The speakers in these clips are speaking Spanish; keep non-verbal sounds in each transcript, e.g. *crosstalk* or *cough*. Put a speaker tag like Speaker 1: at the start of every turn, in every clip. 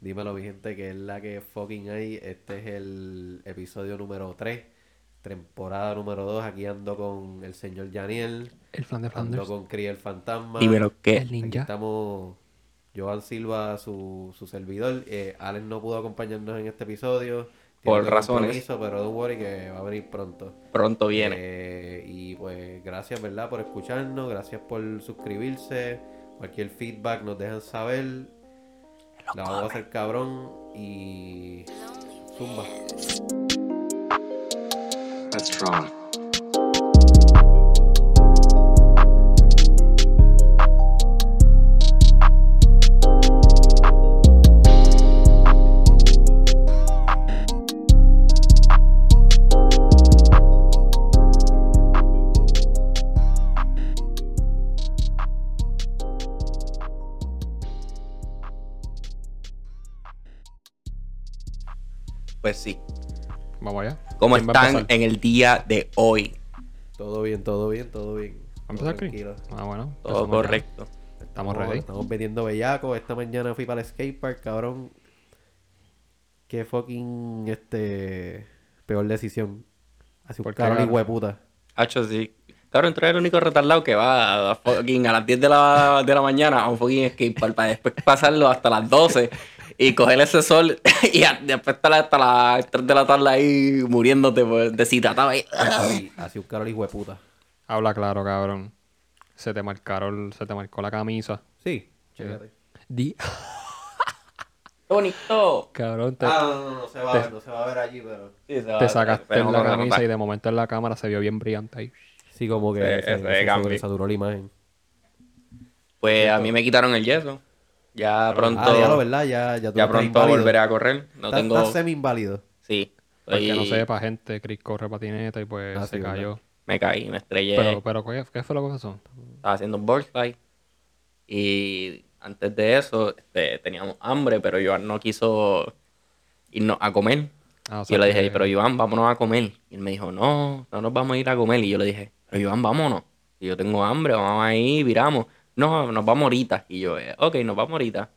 Speaker 1: Dímelo, mi gente, que es la que fucking hay. Este es el episodio número 3, temporada número 2. Aquí ando con el señor Janiel,
Speaker 2: El flan de
Speaker 1: ando
Speaker 2: Flanders.
Speaker 1: con Cría el Fantasma.
Speaker 3: Dímelo que
Speaker 2: El
Speaker 1: Aquí
Speaker 2: ninja.
Speaker 1: estamos Joan Silva, su, su servidor. Eh, Alex no pudo acompañarnos en este episodio.
Speaker 3: Por
Speaker 1: otro
Speaker 3: razones.
Speaker 1: compromiso, Pero don't worry que va a venir pronto.
Speaker 3: pronto viene.
Speaker 1: Eh, y pues gracias, ¿verdad? Por escucharnos, gracias por suscribirse. Cualquier feedback nos dejan saber. La vamos a hacer cabrón y... Zumba.
Speaker 4: That's trauma.
Speaker 3: Pues sí.
Speaker 2: Vamos allá.
Speaker 3: ¿Cómo
Speaker 2: ¿Quién va a
Speaker 3: están
Speaker 2: empezar?
Speaker 3: en el día de hoy?
Speaker 1: Todo bien, todo bien, todo bien.
Speaker 2: ¿Va a empezar, Chris?
Speaker 1: Tranquilo.
Speaker 2: Ah, bueno. empezamos
Speaker 3: Todo
Speaker 2: ya.
Speaker 3: correcto.
Speaker 2: Estamos ready.
Speaker 1: Estamos metiendo bellaco. Esta mañana fui para el skatepark, cabrón. Qué fucking, este... Peor decisión. Hace un
Speaker 2: ¿Por qué,
Speaker 1: cabrón
Speaker 2: cabrón?
Speaker 1: y puta.
Speaker 3: Hacho, sí. Cabrón, tú eres el único retardado que va a, fucking a las 10 de la, de la mañana a un fucking skatepark para después pasarlo hasta las 12 y coger ese sol *laughs* y a- después estar hasta las 3 de la tarde ahí muriéndote pues, deshidratado ahí.
Speaker 1: Así- Así un cabrón y puta.
Speaker 2: Habla claro, cabrón. Se te marcaron, se te marcó la camisa.
Speaker 1: Sí, chécate.
Speaker 2: Di. *laughs*
Speaker 3: ¡Qué bonito!
Speaker 2: Cabrón, te,
Speaker 1: Ah, no, no, no, no se va a ver, no se va a ver allí, pero...
Speaker 3: Sí, se va-
Speaker 2: te sacaste
Speaker 3: pero no
Speaker 2: la
Speaker 3: lo
Speaker 2: camisa
Speaker 3: notas.
Speaker 2: y de momento en la cámara se vio bien brillante ahí.
Speaker 1: Sí, como que
Speaker 3: Sí,
Speaker 1: se,
Speaker 3: ese
Speaker 1: se
Speaker 3: cambio.
Speaker 1: sobre- saturó la imagen.
Speaker 3: Pues a mí me quitaron el yeso. Ya pronto,
Speaker 1: Ah, ya lo verdad, ya, ya tú
Speaker 3: ya
Speaker 1: no estás
Speaker 3: pronto
Speaker 1: inválido.
Speaker 3: volveré a correr. No
Speaker 1: Estás-
Speaker 3: tengo...
Speaker 1: Estás semi-inválido.
Speaker 3: Sí.
Speaker 2: Porque no
Speaker 3: estoy-
Speaker 2: sepa, gente, Chris corre patineta y pues
Speaker 1: Ah,
Speaker 2: se
Speaker 1: sí,
Speaker 2: cayó.
Speaker 3: Me caí, me estrellé.
Speaker 2: Pero, pero, ¿qué, qué fue lo que pasó?
Speaker 3: Estaba haciendo un board slide. Y antes de eso, este, teníamos hambre, pero Joan no quiso irnos a comer.
Speaker 2: Ah, o
Speaker 3: y yo
Speaker 2: sea
Speaker 3: le dije,
Speaker 2: que-
Speaker 3: "Ey, pero Joan, vámonos a comer. Y él me dijo, no, no nos vamos a ir a comer. Y yo le dije, pero Joan, vámonos. Y yo tengo hambre, vamos ahí, viramos. No, nos vamos ahorita. Y yo, "Eh, ok, nos vamos ahorita.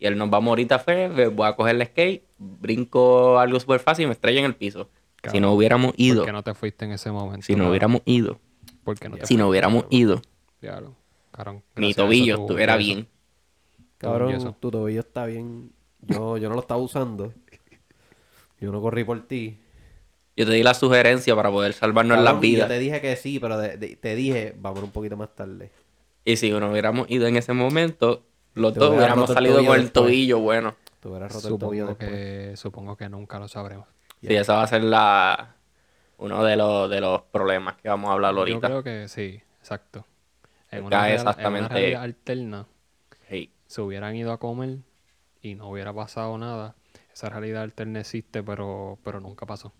Speaker 3: Y él nos vamos ahorita fue, ve, voy a coger el skate, brinco algo súper fácil y me estrello en el piso. Si
Speaker 2: Cabrón,
Speaker 3: no hubiéramos ido,
Speaker 2: ¿Por qué no te fuiste en ese momento?
Speaker 3: si no
Speaker 2: cabrón?
Speaker 3: hubiéramos ido,
Speaker 2: ¿Por qué no te
Speaker 3: si no hubiéramos ido,
Speaker 2: Diablo. Cabrón,
Speaker 3: mi
Speaker 2: gracias a eso
Speaker 3: tobillo
Speaker 2: tú-
Speaker 3: estuviera
Speaker 2: eso.
Speaker 3: bien.
Speaker 1: Cabrón,
Speaker 2: Eso.
Speaker 1: tu tobillo está bien. Yo, yo no lo estaba usando. Yo no corrí por ti.
Speaker 3: Yo te di la sugerencia para poder salvarnos
Speaker 1: Cabrón,
Speaker 3: las
Speaker 1: Yo
Speaker 3: vidas.
Speaker 1: te dije que sí, pero de- de- te dije, vámonos un poquito más tarde.
Speaker 3: Y si no hubiéramos ido en ese momento, los
Speaker 1: Te
Speaker 3: dos
Speaker 1: hubiera
Speaker 3: hubiéramos
Speaker 1: roto el
Speaker 3: salido
Speaker 1: tobillo
Speaker 3: con el
Speaker 1: después.
Speaker 3: tobillo bueno.
Speaker 1: Te hubieras roto el tobillo
Speaker 2: Supongo
Speaker 1: después.
Speaker 2: que, supongo que nunca lo sabremos.
Speaker 3: Sí, esa va a ser la uno de los, de los problemas que vamos a hablar
Speaker 2: Yo
Speaker 3: ahorita.
Speaker 2: creo que sí, exacto. En
Speaker 3: Acá
Speaker 2: una, real- en una
Speaker 3: exactamente.
Speaker 2: realidad alterna,
Speaker 3: Sí.
Speaker 2: se hubieran ido a comer y no hubiera pasado nada. Esa realidad alterna existe, pero, pero nunca pasó.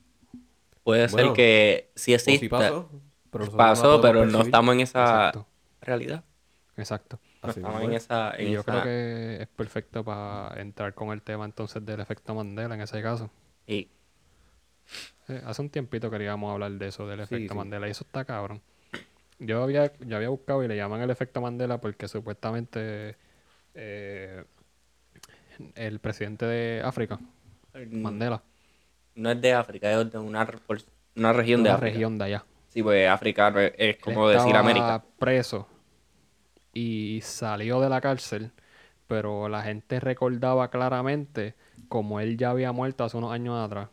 Speaker 3: Puede
Speaker 1: Bueno,
Speaker 3: ser que sí
Speaker 1: O sí
Speaker 3: exista.
Speaker 1: pasó, pero nosotros
Speaker 3: Pasó,
Speaker 1: no la podemos
Speaker 3: pero no
Speaker 1: percibir.
Speaker 3: estamos en esa
Speaker 2: Exacto.
Speaker 3: realidad.
Speaker 2: Exacto.
Speaker 3: No
Speaker 1: Así
Speaker 3: estamos
Speaker 1: mismo
Speaker 3: en
Speaker 1: es.
Speaker 3: esa. en
Speaker 2: Y yo
Speaker 3: esa-
Speaker 2: creo que es perfecto para entrar con el tema entonces del efecto Mandela en ese caso.
Speaker 3: sí.
Speaker 2: Eh, hace un tiempito queríamos hablar de eso, del
Speaker 1: Sí,
Speaker 2: efecto
Speaker 1: sí.
Speaker 2: Mandela, y eso está cabrón. Yo había, yo había buscado y le llaman el efecto Mandela porque supuestamente eh, el presidente de África, Mandela,
Speaker 3: No es de África, es de una, re- por- una región
Speaker 2: de
Speaker 3: de
Speaker 2: la
Speaker 3: África.
Speaker 2: región de allá.
Speaker 3: Sí, pues África no es, es como
Speaker 2: Él
Speaker 3: decir
Speaker 2: estaba
Speaker 3: América.
Speaker 2: preso y salió de la cárcel, pero la gente recordaba claramente como él ya había muerto hace unos años atrás.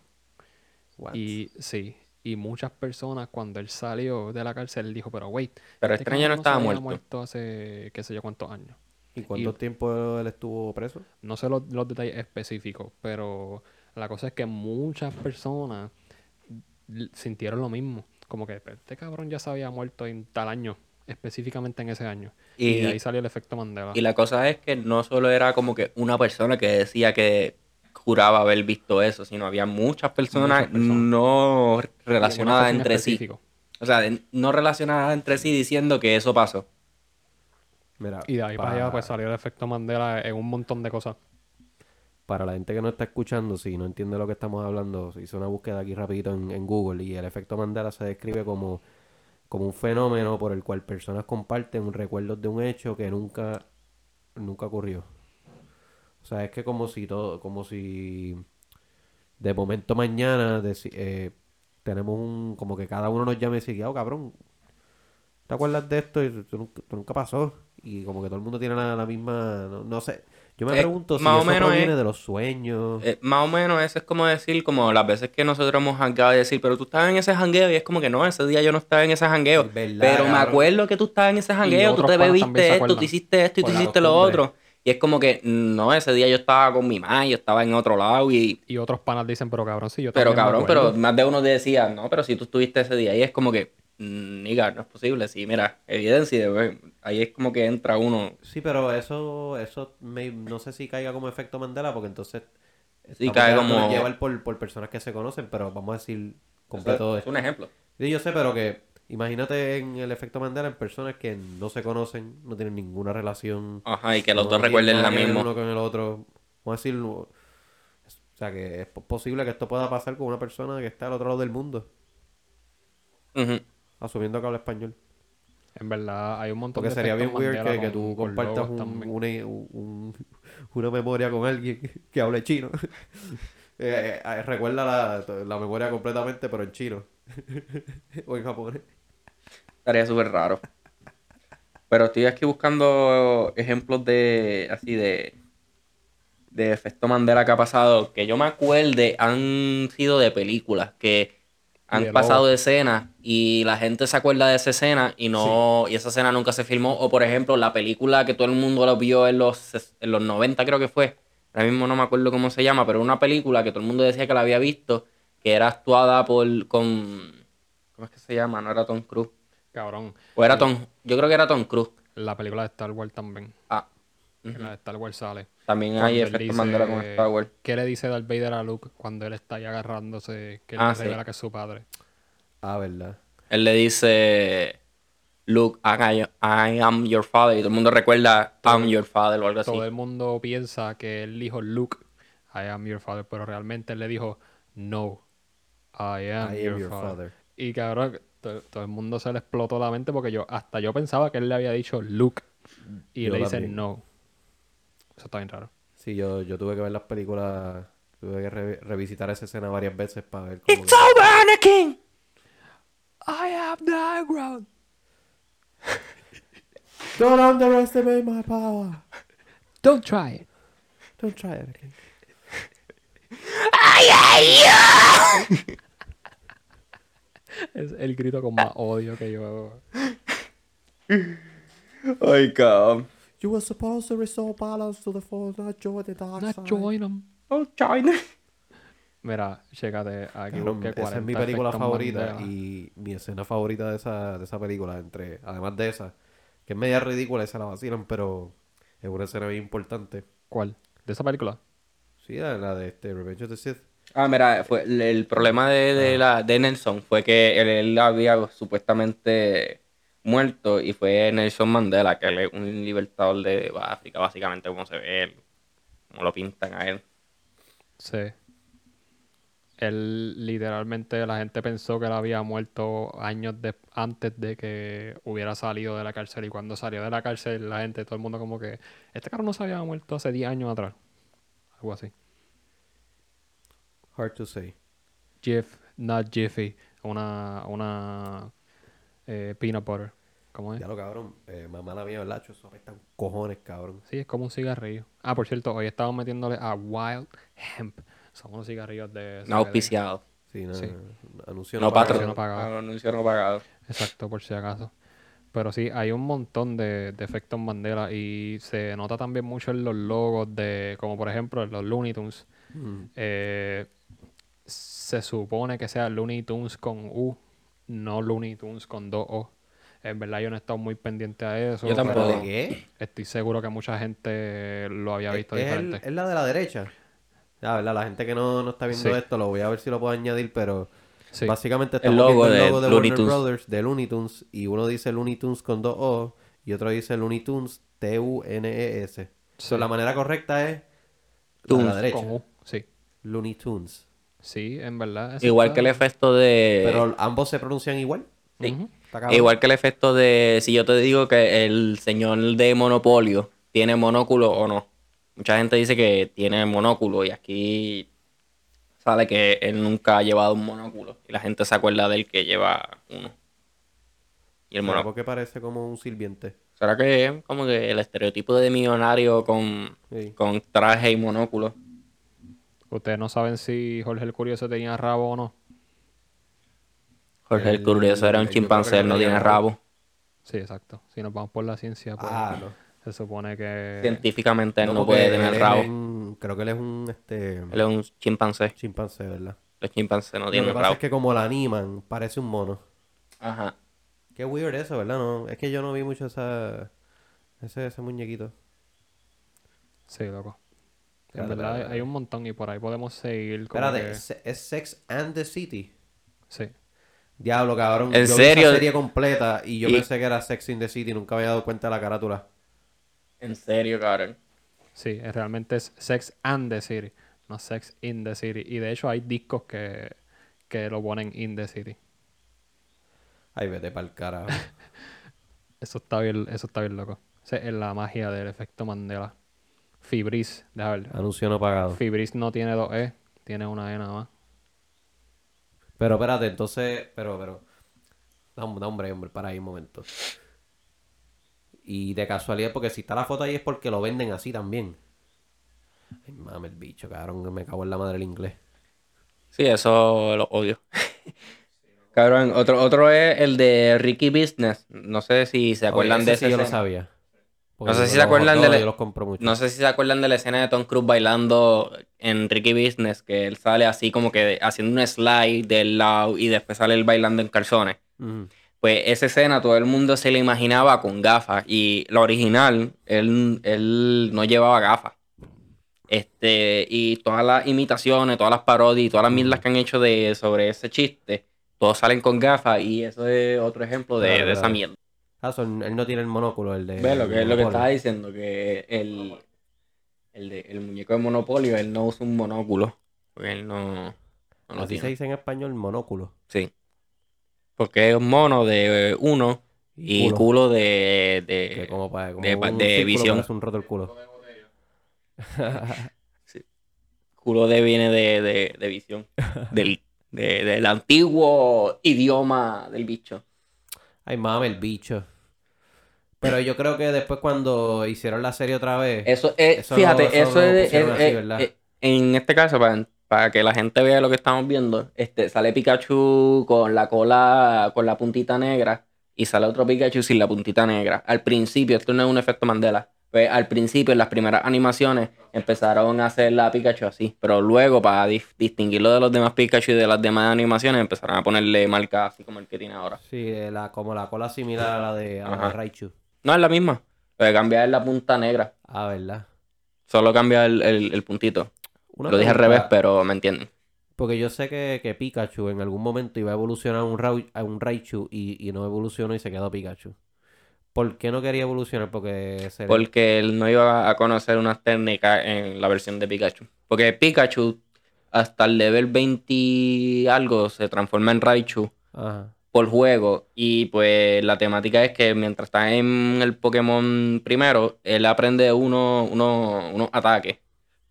Speaker 1: What?
Speaker 2: Y sí, y muchas personas cuando él salió de la cárcel, él dijo, pero wait.
Speaker 3: Pero
Speaker 2: este
Speaker 3: Extraño no
Speaker 2: cabrón se
Speaker 3: estaba
Speaker 2: había
Speaker 3: muerto.
Speaker 2: hace qué sé yo cuántos años.
Speaker 1: ¿Y cuánto tiempo él estuvo preso?
Speaker 2: No sé los, los detalles específicos, pero la cosa es que muchas personas l- sintieron lo mismo. Como que "Pero este cabrón ya se había muerto en tal año, específicamente en ese año. Y,
Speaker 3: Y-
Speaker 2: de ahí salió el efecto Mandela.
Speaker 3: Y la cosa es que no solo era como que una persona que decía que juraba haber visto eso, sino había muchas personas,
Speaker 2: Muchas personas.
Speaker 3: no
Speaker 2: Y una
Speaker 3: relacionadas
Speaker 2: persona
Speaker 3: entre sí.
Speaker 2: específico.
Speaker 3: O sea, de- no relacionadas entre sí diciendo que eso pasó.
Speaker 1: Mira,
Speaker 2: Y de ahí para
Speaker 1: pa-
Speaker 2: allá pues salió el efecto Mandela en un montón de cosas.
Speaker 1: Para la gente que no está escuchando, si no entiende lo que estamos hablando, hice una búsqueda aquí rapidito en, en Google y el efecto Mandela se describe como, como un fenómeno por el cual personas comparten recuerdos de un hecho que nunca, nunca ocurrió. O sea, es que como si todo, como si de momento mañana deci- eh, tenemos un, como que cada uno nos llame y dice, oh, cabrón, ¿te acuerdas de esto? Y esto nunca, esto nunca pasó. Y como que todo el mundo tiene la, la misma, no, no sé. Yo me
Speaker 3: Eh,
Speaker 1: pregunto si
Speaker 3: más o
Speaker 1: eso
Speaker 3: menos
Speaker 1: proviene
Speaker 3: es-
Speaker 1: de los sueños.
Speaker 3: Eh, más o menos eso es como decir, como las veces que nosotros hemos jangueado y decir, pero tú estabas en ese jangueo y es como que no, ese día yo no estaba en ese jangueo.
Speaker 1: Es verdad,
Speaker 3: pero me
Speaker 1: cabrón.
Speaker 3: acuerdo que tú estabas en ese jangueo, tú
Speaker 2: otros
Speaker 3: te
Speaker 2: panas también se
Speaker 3: bebiste esto,
Speaker 2: acuerdan.
Speaker 3: tú hiciste esto y
Speaker 1: Por
Speaker 3: tú
Speaker 1: la
Speaker 3: hiciste lo
Speaker 1: costumbre.
Speaker 3: otro. Y es como que mm, no, ese día yo estaba con mi mamá, yo estaba en otro lado y...
Speaker 2: Y otros panas dicen, pero cabrón, sí, yo
Speaker 3: Pero
Speaker 2: también me
Speaker 3: cabrón,
Speaker 2: acuerdo.
Speaker 3: pero más de uno decía, no, pero si tú estuviste ese día y es como que, "Mm, nigga, no es posible. Sí, mira, evidencia, güey. ahí es como que entra uno.
Speaker 1: Sí, pero eso, eso me- no sé si caiga como efecto Mandela, porque entonces estamos
Speaker 3: cae
Speaker 1: dejándonos
Speaker 3: como-
Speaker 1: llevar por, por personas que se conocen, pero vamos a decir completo
Speaker 3: Eso
Speaker 1: de
Speaker 3: Es un ejemplo.
Speaker 1: Sí, yo sé, pero que imagínate en el efecto Mandela en personas que no se conocen, no tienen ninguna relación.
Speaker 3: Ajá, y Ah, que los
Speaker 1: no
Speaker 3: dos
Speaker 1: tienen
Speaker 3: recuerden
Speaker 1: nada
Speaker 3: la
Speaker 1: que ver
Speaker 3: misma.
Speaker 1: Uno con el otro. Vamos a decir, o sea, que es po- posible que esto pueda pasar con una persona que está al otro lado del mundo,
Speaker 3: Ujú.
Speaker 1: asumiendo que habla español.
Speaker 2: En verdad, hay un montón
Speaker 1: Porque
Speaker 2: de
Speaker 1: sería bien
Speaker 2: efectos
Speaker 1: weird
Speaker 2: Mandela
Speaker 1: que, que
Speaker 2: con-
Speaker 1: tú
Speaker 2: con
Speaker 1: compartas
Speaker 2: logos
Speaker 1: un-
Speaker 2: también.
Speaker 1: una, un- una memoria con alguien que hable chino. *laughs* Eh, eh, recuerda la, la memoria completamente, pero en chino. *laughs* o en japonés.
Speaker 3: Estaría súper raro. Pero estoy aquí buscando ejemplos de. así de. de efecto Mandela que ha pasado. Que yo me acuerde, han sido de películas que han
Speaker 2: Y de
Speaker 3: pasado
Speaker 2: lobo.
Speaker 3: de escena y la gente se acuerda de esa escena y no. Y esa escena nunca se filmó. O por ejemplo, la película que todo el mundo la vio en los, ses- en los 90, creo que fue. Ahora mismo no me acuerdo cómo se llama, pero una película que todo el mundo decía que la había visto, que era actuada por. con. ¿Cómo es que se llama? No era Tom Cruise.
Speaker 2: Cabrón,
Speaker 3: O era Tom. Yo creo que era Tom Cruise.
Speaker 2: la película de Star Wars también.
Speaker 3: Ah,
Speaker 2: que La de Star Wars sale.
Speaker 3: también
Speaker 2: Cuando
Speaker 3: hay
Speaker 2: él
Speaker 3: efecto
Speaker 2: dice-
Speaker 3: Mandela con Star Wars.
Speaker 2: ¿Qué le dice Darth Vader a Luke cuando él está ahí agarrándose? Que él
Speaker 3: Ah, sí.
Speaker 2: revela que es su padre.
Speaker 1: Ah, verdad.
Speaker 3: Él le dice. Luke, I, I am your father. Y todo el mundo recuerda I'm your father o algo así.
Speaker 2: Todo el mundo piensa que él dijo Luke, I am your father, pero realmente él le dijo No, I am,
Speaker 1: I am
Speaker 2: your,
Speaker 1: your
Speaker 2: father.
Speaker 1: father.
Speaker 2: Y cabrón, to- todo el mundo se le explotó la mente porque yo hasta yo pensaba que él le había dicho Luke y
Speaker 1: Yo
Speaker 2: le dice
Speaker 1: también.
Speaker 2: No. Eso está bien raro.
Speaker 1: Sí, yo, yo tuve que ver las películas, tuve que re- revisitar esa escena varias veces para ver cómo... que-
Speaker 3: over, Anakin!
Speaker 2: I am the ground.
Speaker 1: Don't underestimate my power.
Speaker 2: Don't try it.
Speaker 1: Don't try it again.
Speaker 2: Es el grito con más odio que yo.
Speaker 3: Ay, cabrón.
Speaker 1: You were supposed to restore balance to the force, not join the dark
Speaker 2: Not
Speaker 1: side.
Speaker 2: join 'em.
Speaker 3: Oh, China.
Speaker 2: Mira, chécate, aquí
Speaker 1: Cabrón,
Speaker 2: busqué
Speaker 1: esa es
Speaker 2: 40
Speaker 1: mi película
Speaker 2: efectos
Speaker 1: favorita
Speaker 2: Mandela.
Speaker 1: y mi escena favorita de esa, de esa película, entre, además de esa, que es media ridícula y se la vacilan, pero es una escena bien importante.
Speaker 2: ¿Cuál? ¿De esa película?
Speaker 1: Sí, la, la de este, Revenge of the Sith.
Speaker 3: Ah, mira, fue el, el problema de, de
Speaker 2: Ah.
Speaker 3: la, de Nelson fue que él, él había supuestamente muerto y fue Nelson Mandela, que él es un libertador de África, básicamente, como se ve él, como lo pintan a él.
Speaker 2: Sí. Él literalmente, la gente pensó que él había muerto años de- antes de que hubiera salido de la cárcel. Y cuando salió de la cárcel, la gente, todo el mundo como que, este carro no se había muerto hace 10 años atrás. Algo así.
Speaker 1: Hard to say.
Speaker 2: Jeff, not Jiffy. Una, una eh, peanut butter. ¿Cómo es?
Speaker 1: Ya lo cabrón, eh, mamá la mía, ¿verdad? Eso apesta un cojones, cabrón.
Speaker 2: Sí, es como un cigarrillo. Ah, por cierto, hoy estamos metiéndole a Wild Hemp. Son unos cigarrillos de...
Speaker 3: No auspiciado.
Speaker 1: Sí, no,
Speaker 2: Sí.
Speaker 1: anuncio
Speaker 3: No
Speaker 1: pagado.
Speaker 2: Anuncio
Speaker 3: patrocinado.
Speaker 2: no pagado.
Speaker 3: Ah, Anuncio no pagado.
Speaker 2: Exacto, por si acaso. Pero sí, hay un montón de, de efectos Mandela y se nota también mucho en los logos de, como por ejemplo en los Looney Tunes.
Speaker 1: Mm.
Speaker 2: Eh, se supone que sea Looney Tunes con U, no Looney Tunes con dos O. En verdad yo no he estado muy pendiente a eso.
Speaker 3: Yo
Speaker 1: ¿Pero
Speaker 3: tampoco.
Speaker 1: de qué?
Speaker 2: pero Estoy seguro que mucha gente lo había
Speaker 1: Es,
Speaker 2: visto
Speaker 1: es el-
Speaker 2: diferente.
Speaker 1: es la de la derecha. Ya, ¿verdad? La gente que no, no está viendo
Speaker 2: Sí.
Speaker 1: esto, lo voy a ver si lo puedo añadir, pero
Speaker 2: Sí.
Speaker 1: básicamente
Speaker 3: El
Speaker 1: estamos
Speaker 3: logo
Speaker 1: viendo
Speaker 3: de
Speaker 1: el logo de,
Speaker 3: Looney
Speaker 1: Warner
Speaker 3: Tunes.
Speaker 1: Brothers de Looney Tunes y uno dice Looney Tunes con dos O y otro dice Looney Tunes T-U-N-E-S. E So, la manera correcta es la de la
Speaker 3: Tunes,
Speaker 1: derecha.
Speaker 2: Con U, sí.
Speaker 1: Looney Tunes.
Speaker 2: Sí, en verdad. eso
Speaker 3: Igual
Speaker 2: está-
Speaker 3: que el efecto de. eh,
Speaker 1: Pero ambos se pronuncian igual.
Speaker 3: Sí.
Speaker 2: Ujú.
Speaker 1: Está cabrón.
Speaker 3: Eh, Igual que el efecto de. Si yo te digo que el señor de Monopolio tiene monóculo o no. Mucha gente dice que tiene monóculo y aquí sale que él nunca ha llevado un monóculo. Y la gente se acuerda de él que lleva uno. Y
Speaker 1: Pero
Speaker 3: el monóculo.
Speaker 1: porque parece como un sirviente.
Speaker 3: ¿Será que es como que el estereotipo de millonario con,
Speaker 1: Sí.
Speaker 3: con traje y monóculo?
Speaker 2: Ustedes no saben si Jorge el Curioso tenía rabo o no.
Speaker 3: Jorge el,
Speaker 1: El-
Speaker 3: Curioso era un
Speaker 1: yo creo que
Speaker 3: chimpancé, él
Speaker 1: no
Speaker 3: no
Speaker 1: tenía
Speaker 3: tiene
Speaker 1: rabo.
Speaker 3: rabo.
Speaker 2: Sí, exacto. Si nos vamos por la ciencia, pues,
Speaker 1: Ah, no.
Speaker 2: se supone que...
Speaker 3: Científicamente él no,
Speaker 1: Eh. porque
Speaker 3: puede
Speaker 1: él
Speaker 3: tener
Speaker 1: es
Speaker 3: rabo.
Speaker 1: un- creo que él es un este
Speaker 3: Él es un chimpancé.
Speaker 1: chimpancé, ¿verdad?
Speaker 3: Los chimpancés no
Speaker 1: Lo que
Speaker 3: tienen
Speaker 1: pasa
Speaker 3: rabo.
Speaker 1: es que como la animan, parece un mono.
Speaker 3: Ajá.
Speaker 1: Qué weird eso, ¿verdad? No, es que yo no vi mucho esa, ese, ese muñequito.
Speaker 2: Sí, loco. En
Speaker 1: Espérate,
Speaker 2: verdad,
Speaker 1: espérate,
Speaker 2: hay un montón y por ahí podemos seguir como
Speaker 1: Espérate,
Speaker 2: que-
Speaker 1: se- es Sex and the City.
Speaker 2: Sí.
Speaker 1: Diablo, cabrón.
Speaker 3: ¿En
Speaker 1: yo Vi
Speaker 3: serio?
Speaker 1: esa serie completa y yo
Speaker 3: Y-
Speaker 1: pensé que era Sex in the City. Nunca me había dado cuenta de la carátula.
Speaker 3: En serio, cabrón.
Speaker 2: Sí, es- realmente es Sex and the City, no Sex in the City. Y de hecho hay discos que, que lo ponen in the City.
Speaker 1: Ay, vete pa'l carajo.
Speaker 3: *laughs*
Speaker 2: Eso está bien, eso está bien loco. Esa es la magia del efecto Mandela. Fibris, déjame ver.
Speaker 1: Anuncio no pagado.
Speaker 2: Fibris no tiene dos E, tiene una E nada más.
Speaker 1: Pero espérate, entonces, pero, pero. Da un da un break, hombre, para ahí un momento. Y de casualidad, porque si está la foto ahí es porque lo venden así también. Ay, mame el bicho, cabrón, que me cago en la madre el inglés.
Speaker 3: Sí, eso lo odio. *laughs* Cabrón, otro, otro es el de Ricky Business. No sé si se acuerdan
Speaker 1: Oye,
Speaker 3: de
Speaker 1: ese
Speaker 3: ese.
Speaker 1: sí yo lo sabía. Porque
Speaker 3: No sé
Speaker 1: yo
Speaker 3: si se
Speaker 1: los
Speaker 3: acuerdan
Speaker 1: hot
Speaker 3: de
Speaker 1: dogs
Speaker 3: la-
Speaker 1: Yo los compro mucho.
Speaker 3: No sé si se acuerdan de la escena de Tom Cruise bailando en Ricky Business, que él sale así como que haciendo un slide del lado y después sale él bailando en calzones.
Speaker 1: Ujú.
Speaker 3: Pues esa escena todo el mundo se la imaginaba con gafas y la original, él, él no llevaba gafas. Este, y todas las imitaciones, todas las parodias y todas las mierdas que han hecho de, sobre ese chiste, todos salen con gafas y eso es otro ejemplo de,
Speaker 1: Claro,
Speaker 3: de esa
Speaker 1: claro.
Speaker 3: mierda.
Speaker 1: Ah, son- él no tiene el monóculo, el de.
Speaker 3: Ve lo que es lo que
Speaker 1: monopolio.
Speaker 3: estaba diciendo, que el, el, de- el muñeco de Monopolio, él no usa un monóculo. Porque él no, no lo
Speaker 1: Así se
Speaker 3: tiene.
Speaker 1: dice en español monóculo.
Speaker 3: Sí. Porque es un mono de eh, uno y
Speaker 1: Culo.
Speaker 3: culo, de, de-
Speaker 1: que como para como
Speaker 3: de-
Speaker 1: un
Speaker 3: de
Speaker 1: círculo
Speaker 3: visión.
Speaker 1: parece un roto el culo.
Speaker 3: culo de viene de, de, de visión. del, de- del antiguo idioma del bicho.
Speaker 1: Ay, mame el bicho. Pero yo creo que después cuando hicieron la serie otra vez.
Speaker 3: Eso es,
Speaker 1: Eso
Speaker 3: fíjate,
Speaker 1: lo- eso
Speaker 3: eso,
Speaker 1: lo
Speaker 3: es,
Speaker 1: pusieron
Speaker 3: es-
Speaker 1: así,
Speaker 3: es-
Speaker 1: ¿verdad?
Speaker 3: es- en este caso, para, para que la gente vea lo que estamos viendo, este, sale Pikachu con la cola, con la puntita negra, y sale otro Pikachu sin la puntita negra. Al principio, esto no es un efecto Mandela. pues, al principio, en las primeras animaciones, empezaron a hacer la Pikachu así. Pero luego, para dis- distinguirlo de los demás Pikachu y de las demás animaciones, empezaron a ponerle marca así como el que tiene ahora.
Speaker 1: Sí, eh, la, como la cola similar a la de, a la de
Speaker 3: Ajá.
Speaker 1: Raichu.
Speaker 3: No es la misma. Lo que cambia es la punta negra.
Speaker 1: Ah, ¿verdad?
Speaker 3: Solo cambia el, el- el puntito.
Speaker 1: Una
Speaker 3: Lo dije al
Speaker 1: pregunta,
Speaker 3: revés, pero me entienden.
Speaker 1: Porque yo sé que, que Pikachu en algún momento iba a evolucionar a un, Rau- a un Raichu y, y no evolucionó y se quedó Pikachu. ¿Por qué no quería evolucionar? Porque se le-
Speaker 3: Porque él no iba a conocer unas técnicas en la versión de Pikachu. Porque Pikachu, hasta el level 20 algo, se transforma en Raichu
Speaker 1: Ajá.
Speaker 3: por juego. Y pues la temática es que mientras está en el Pokémon primero, él aprende uno, uno- unos ataques.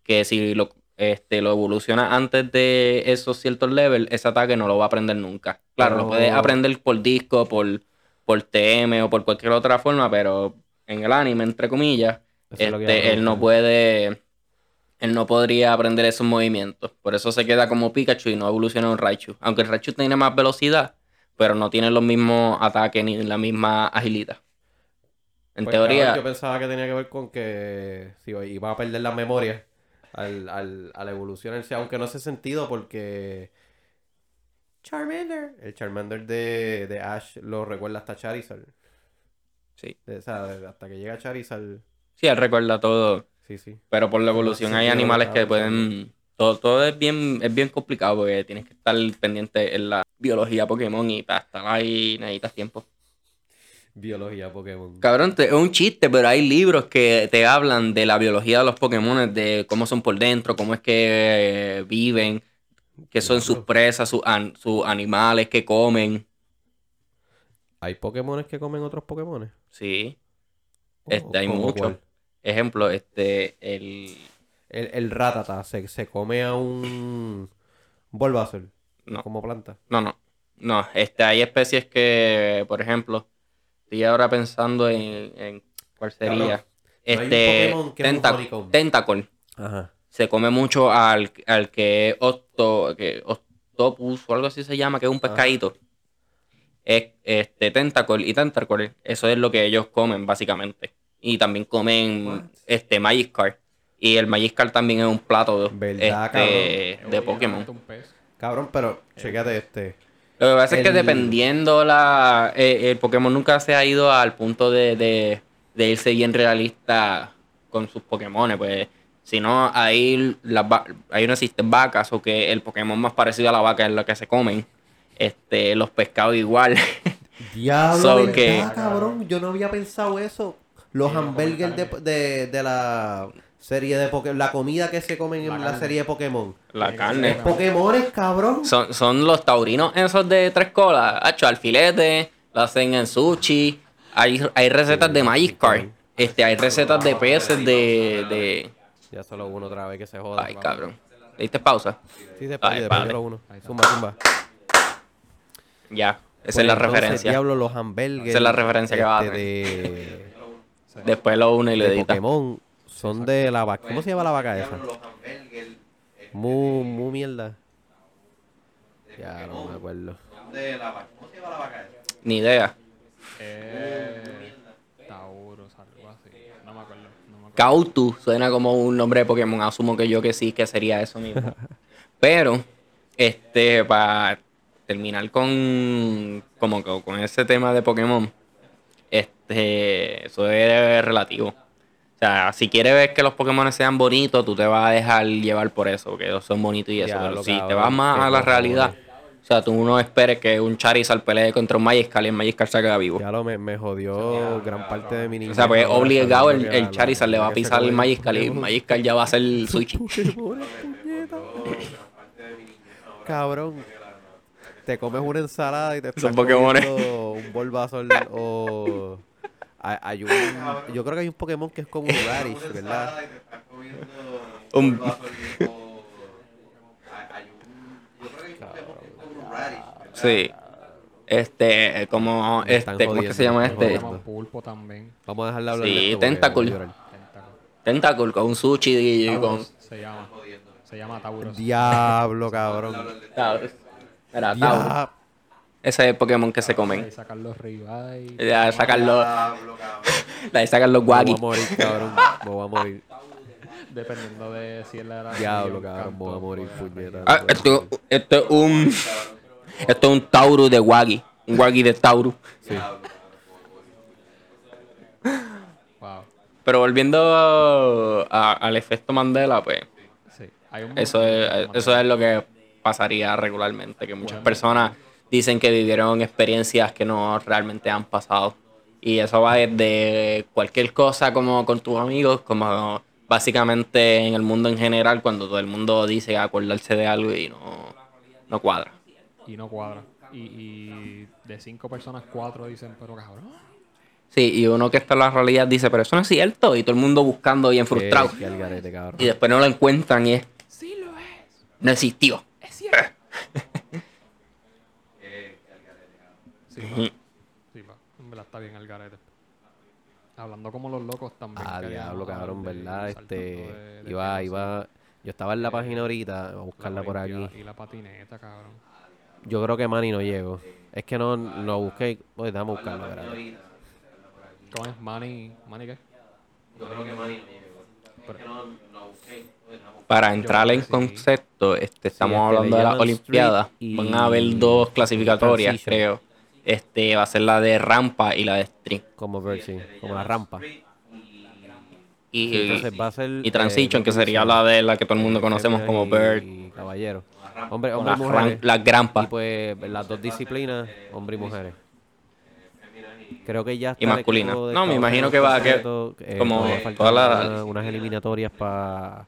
Speaker 3: Que si lo, este, lo evoluciona antes de esos ciertos levels, ese ataque no lo va a aprender nunca. Claro, lo
Speaker 1: Oh.
Speaker 3: puedes aprender por disco, por, por TM o por cualquier otra forma, pero en el anime, entre comillas,
Speaker 1: Eso es lo que iba a
Speaker 3: este, él no
Speaker 1: preguntar.
Speaker 3: puede. Él no podría aprender esos movimientos. Por eso se queda como Pikachu y no evoluciona un Raichu. Aunque el Raichu tiene más velocidad, pero no tiene los mismos ataques ni la misma agilidad. En
Speaker 1: Pues,
Speaker 3: teoría.
Speaker 1: cabrón, yo pensaba que tenía que ver con que si iba a perder la memoria al, al, al evolucionarse, aunque no hace sentido porque Charmander, el Charmander de, de Ash lo recuerda hasta Charizard.
Speaker 3: Sí.
Speaker 1: De- o sea, de- hasta que llega Charizard,
Speaker 3: Sí, él recuerda todo.
Speaker 1: sí, sí.
Speaker 3: Pero por la evolución
Speaker 1: Hace
Speaker 3: hay
Speaker 1: sentido,
Speaker 3: animales que
Speaker 1: cabrón,
Speaker 3: pueden. Todo, todo es bien, es bien complicado porque tienes que estar pendiente en la biología Pokémon y para estar ahí necesitas tiempo.
Speaker 1: Biología Pokémon.
Speaker 3: Cabrón, te- es un chiste, pero hay libros que te hablan de la biología de los Pokémon, de cómo son por dentro, cómo es que eh, viven, qué son sus
Speaker 1: Diablo.
Speaker 3: presas, sus, an- sus animales, qué comen.
Speaker 1: ¿Hay Pokémones que comen otros Pokémones?
Speaker 3: Sí.
Speaker 1: ¿Cómo-
Speaker 3: Este, hay
Speaker 1: cómo
Speaker 3: muchos.
Speaker 1: cuál?
Speaker 3: Ejemplo, este, el...
Speaker 1: El, el ratata se, se come a un Bulbasaur
Speaker 3: No.
Speaker 1: como planta.
Speaker 3: No, no. No, este, hay especies que, por ejemplo, estoy ahora pensando en, en cuál
Speaker 1: Cabrón,
Speaker 3: sería.
Speaker 1: hay un
Speaker 3: este,
Speaker 1: Pokémon que es un
Speaker 3: tentac
Speaker 1: Honeycomb.
Speaker 3: Tentacle.
Speaker 1: Ajá.
Speaker 3: Se come mucho al, al que es octo, que octopus o algo así se llama, que es un
Speaker 1: Ajá.
Speaker 3: pescadito. Es, este, Tentacle y Tentacle, eso es lo que ellos comen, básicamente. Y también comen
Speaker 1: What?
Speaker 3: este Magikarp. Y el Magikarp también es un plato
Speaker 1: ¿Verdad,
Speaker 3: este, de Pokémon.
Speaker 2: Un pez.
Speaker 1: Cabrón,
Speaker 3: Eh.
Speaker 1: pero chequéate este.
Speaker 3: Lo que pasa es que
Speaker 1: El-
Speaker 3: dependiendo la. eh, el Pokémon nunca se ha ido al punto de, de- de irse bien realista con sus Pokémon. Pues, si no, ahí, las va- ahí no existen vacas, o que el Pokémon más parecido a la vaca es lo que se comen. Este, los pescados igual. *laughs*
Speaker 1: Diablo,
Speaker 3: So
Speaker 1: ¿verdad,
Speaker 3: que-
Speaker 1: cabrón? Yo no había pensado eso. Los
Speaker 2: Sí, no
Speaker 1: hamburgers de,
Speaker 2: comentan
Speaker 1: de- de la serie de Pokémon. La comida que se comen
Speaker 2: La
Speaker 1: en la
Speaker 2: carne.
Speaker 1: serie de Pokémon.
Speaker 3: la
Speaker 2: Sí,
Speaker 3: carne.
Speaker 2: sí.
Speaker 1: Pokémones, cabrón.
Speaker 3: Son, son los taurinos esos de tres colas. Hacho, al filete, lo hacen en sushi. Hay, hay recetas de Magikarp. Este, hay recetas de peces de- de
Speaker 1: Ya solo uno otra vez que se joda.
Speaker 3: Ay,
Speaker 1: papá.
Speaker 3: cabrón. ¿Le diste pausa?
Speaker 1: Sí, después,
Speaker 3: Ay,
Speaker 1: después
Speaker 3: padre.
Speaker 1: yo lo uno.
Speaker 2: Ahí está.
Speaker 1: Zumba, zumba.
Speaker 3: Ya, esa
Speaker 1: Pues
Speaker 3: es la
Speaker 1: entonces,
Speaker 3: referencia.
Speaker 1: Diablo, los hamburgers.
Speaker 3: Esa es la referencia que va a
Speaker 1: este,
Speaker 3: Después lo une y
Speaker 1: De,
Speaker 3: lo
Speaker 1: de
Speaker 3: edita.
Speaker 1: Pokémon son de la vaca. ¿Cómo se llama la vaca esa? este, Mu, mu mierda. Ya no me acuerdo.
Speaker 3: Ni idea.
Speaker 2: Eh, Tauros, algo así. No me acuerdo. No me acuerdo.
Speaker 3: Kautu suena como un nombre de Pokémon. Asumo que yo que sí, que sería eso
Speaker 1: *laughs*
Speaker 3: mismo. Pero, este, para terminar con, como que con ese tema de Pokémon, este, eso es relativo. O sea, si quieres ver que los Pokémon sean bonitos, tú te vas a dejar llevar por eso, que ellos son bonitos y eso.
Speaker 1: Ya,
Speaker 3: pero
Speaker 1: lo
Speaker 3: si te
Speaker 1: cabrón,
Speaker 3: vas más
Speaker 1: qué
Speaker 3: a la
Speaker 1: cojones.
Speaker 3: realidad, o sea, tú no esperes que un Charizard pelee contra un Magikarp y el Magikarp salga vivo.
Speaker 1: Ya lo me, me jodió gran parte de mi niñez.
Speaker 3: O sea, pues obligado el,
Speaker 1: Lo que
Speaker 3: el
Speaker 1: la-
Speaker 3: Charizard le
Speaker 1: la
Speaker 3: va a
Speaker 1: que se
Speaker 3: pisar el
Speaker 1: come.
Speaker 3: Magikarp y el Magikarp ya va a ser el
Speaker 1: *laughs*
Speaker 3: Switch.
Speaker 1: Pokémon, puñeta. Cabrón. Te comes una ensalada y te estás
Speaker 3: Son Pokémones.
Speaker 1: comiendo un Bulbasaur
Speaker 3: *laughs*
Speaker 1: o... hay- hay un- yo creo que hay un Pokémon que es como un Radish, ¿verdad?
Speaker 3: Un- Sí. Este, como,
Speaker 1: Me están
Speaker 3: este, ¿cómo es que se
Speaker 1: jodiendo,
Speaker 3: llama
Speaker 1: me
Speaker 3: este?
Speaker 1: jodiendo.
Speaker 2: Llaman pulpo también.
Speaker 1: Vamos a dejarle hablar
Speaker 3: Sí,
Speaker 1: de esto porque
Speaker 3: Tentacle.
Speaker 1: voy a llorar.
Speaker 2: Tentáculo.
Speaker 3: Tentacle con un sushi y con...
Speaker 2: Tauros se llama. Se llama Tauros.
Speaker 1: Diablo, cabrón.
Speaker 3: Taurus. Era Taurus.
Speaker 1: Diablo.
Speaker 3: Ese es el Pokémon que se
Speaker 2: Ahí
Speaker 3: comen.
Speaker 2: sacan los
Speaker 1: Eh.
Speaker 2: ribeyes.
Speaker 3: Ya sacan los... Ahí sacan los
Speaker 1: Me voy
Speaker 3: guagis.
Speaker 1: a morir, cabrón. Me voy a morir.
Speaker 2: Dependiendo de si es la era.
Speaker 1: Diablo, cabrón. Me voy a morir, puñeta.
Speaker 3: Ah, esto, esto es un... Esto es un Taurus de guagi. Un guagi de Taurus.
Speaker 2: Wow.
Speaker 3: Pero volviendo a- al efecto Mandela, pues...
Speaker 2: Sí. Hay un
Speaker 3: Eso es, eso es lo que pasaría regularmente, que muchas personas dicen que vivieron experiencias que no realmente han pasado. Y eso va desde cualquier cosa como con tus amigos, como básicamente en el mundo en general, cuando todo el mundo dice acordarse de algo y no, no cuadra.
Speaker 2: Y no cuadra. Y, y de cinco personas, cuatro dicen, pero cabrón.
Speaker 3: Sí, y uno que está en la realidad dice, pero eso no es cierto, y todo el mundo buscando bien frustrado.
Speaker 1: Qué- qué algarete, cabrón.
Speaker 3: Y después no lo encuentran y es,
Speaker 2: Sí lo es.
Speaker 3: no existió.
Speaker 2: Es cierto. Sí, pa. Sí, pa. En verdad está bien el garete. Hablando como los locos también.
Speaker 1: Ah,
Speaker 2: queríamos
Speaker 1: diablo,
Speaker 2: hablar
Speaker 1: cabrón,
Speaker 2: de-
Speaker 1: ¿verdad?
Speaker 2: saltando
Speaker 1: Este,
Speaker 2: de- de
Speaker 1: iba,
Speaker 2: cosas.
Speaker 1: iba... Yo estaba en la página ahorita, voy a
Speaker 2: La
Speaker 1: buscarla por aquí.
Speaker 2: Olimpiada Y la patineta, cabrón.
Speaker 1: Yo creo que Manny no llegó. Es que
Speaker 2: Ah,
Speaker 1: no lo busqué. Oye, déjame buscarlo, espérate.
Speaker 2: ¿Cómo es? Manny. ¿Manny qué?
Speaker 3: Para entrar
Speaker 2: creo
Speaker 3: en
Speaker 2: que sí.
Speaker 3: concepto, este, estamos
Speaker 1: este,
Speaker 3: hablando de las
Speaker 1: Legends
Speaker 3: Olimpiadas.
Speaker 1: Street
Speaker 3: Van
Speaker 1: y-
Speaker 3: a haber dos clasificatorias,
Speaker 1: Transition.
Speaker 3: creo. Este va a ser la de rampa y la de stream.
Speaker 1: Como Virgin,
Speaker 2: este
Speaker 1: como la rampa.
Speaker 3: Y,
Speaker 1: Entonces va a ser. eh,
Speaker 3: y transition, que sería la de la que todo el mundo conocemos como Bird,
Speaker 1: Y caballero. Hombre, hombre y
Speaker 3: las, ram-
Speaker 1: mujeres.
Speaker 3: las
Speaker 1: Y
Speaker 3: grampas.
Speaker 1: pues las dos disciplinas, hombre y mujeres. Creo que ya está
Speaker 3: Y
Speaker 1: el
Speaker 3: masculina.
Speaker 1: equipo de
Speaker 3: No, me
Speaker 1: Estados
Speaker 3: imagino
Speaker 1: Unidos
Speaker 3: que va a que-
Speaker 1: completo, eh,
Speaker 3: como
Speaker 1: todavía faltan
Speaker 3: toda la-
Speaker 1: una- unas eliminatorias para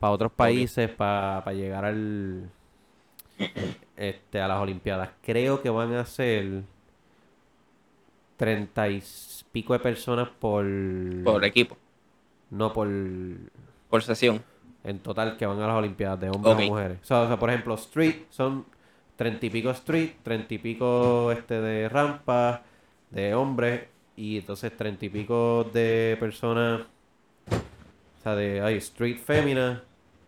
Speaker 1: otros países para llegar al este a las olimpiadas. Creo que van a ser treinta y pico de personas por
Speaker 3: Por equipo.
Speaker 1: No por.
Speaker 3: Por sesión.
Speaker 1: En total que van a las Olimpiadas de hombres
Speaker 3: Ok.
Speaker 1: o mujeres. O sea, o sea, por ejemplo, street son treinta y pico street, treinta y pico este de rampa, de hombres, y entonces treinta y pico de personas. O sea, de hay street fémina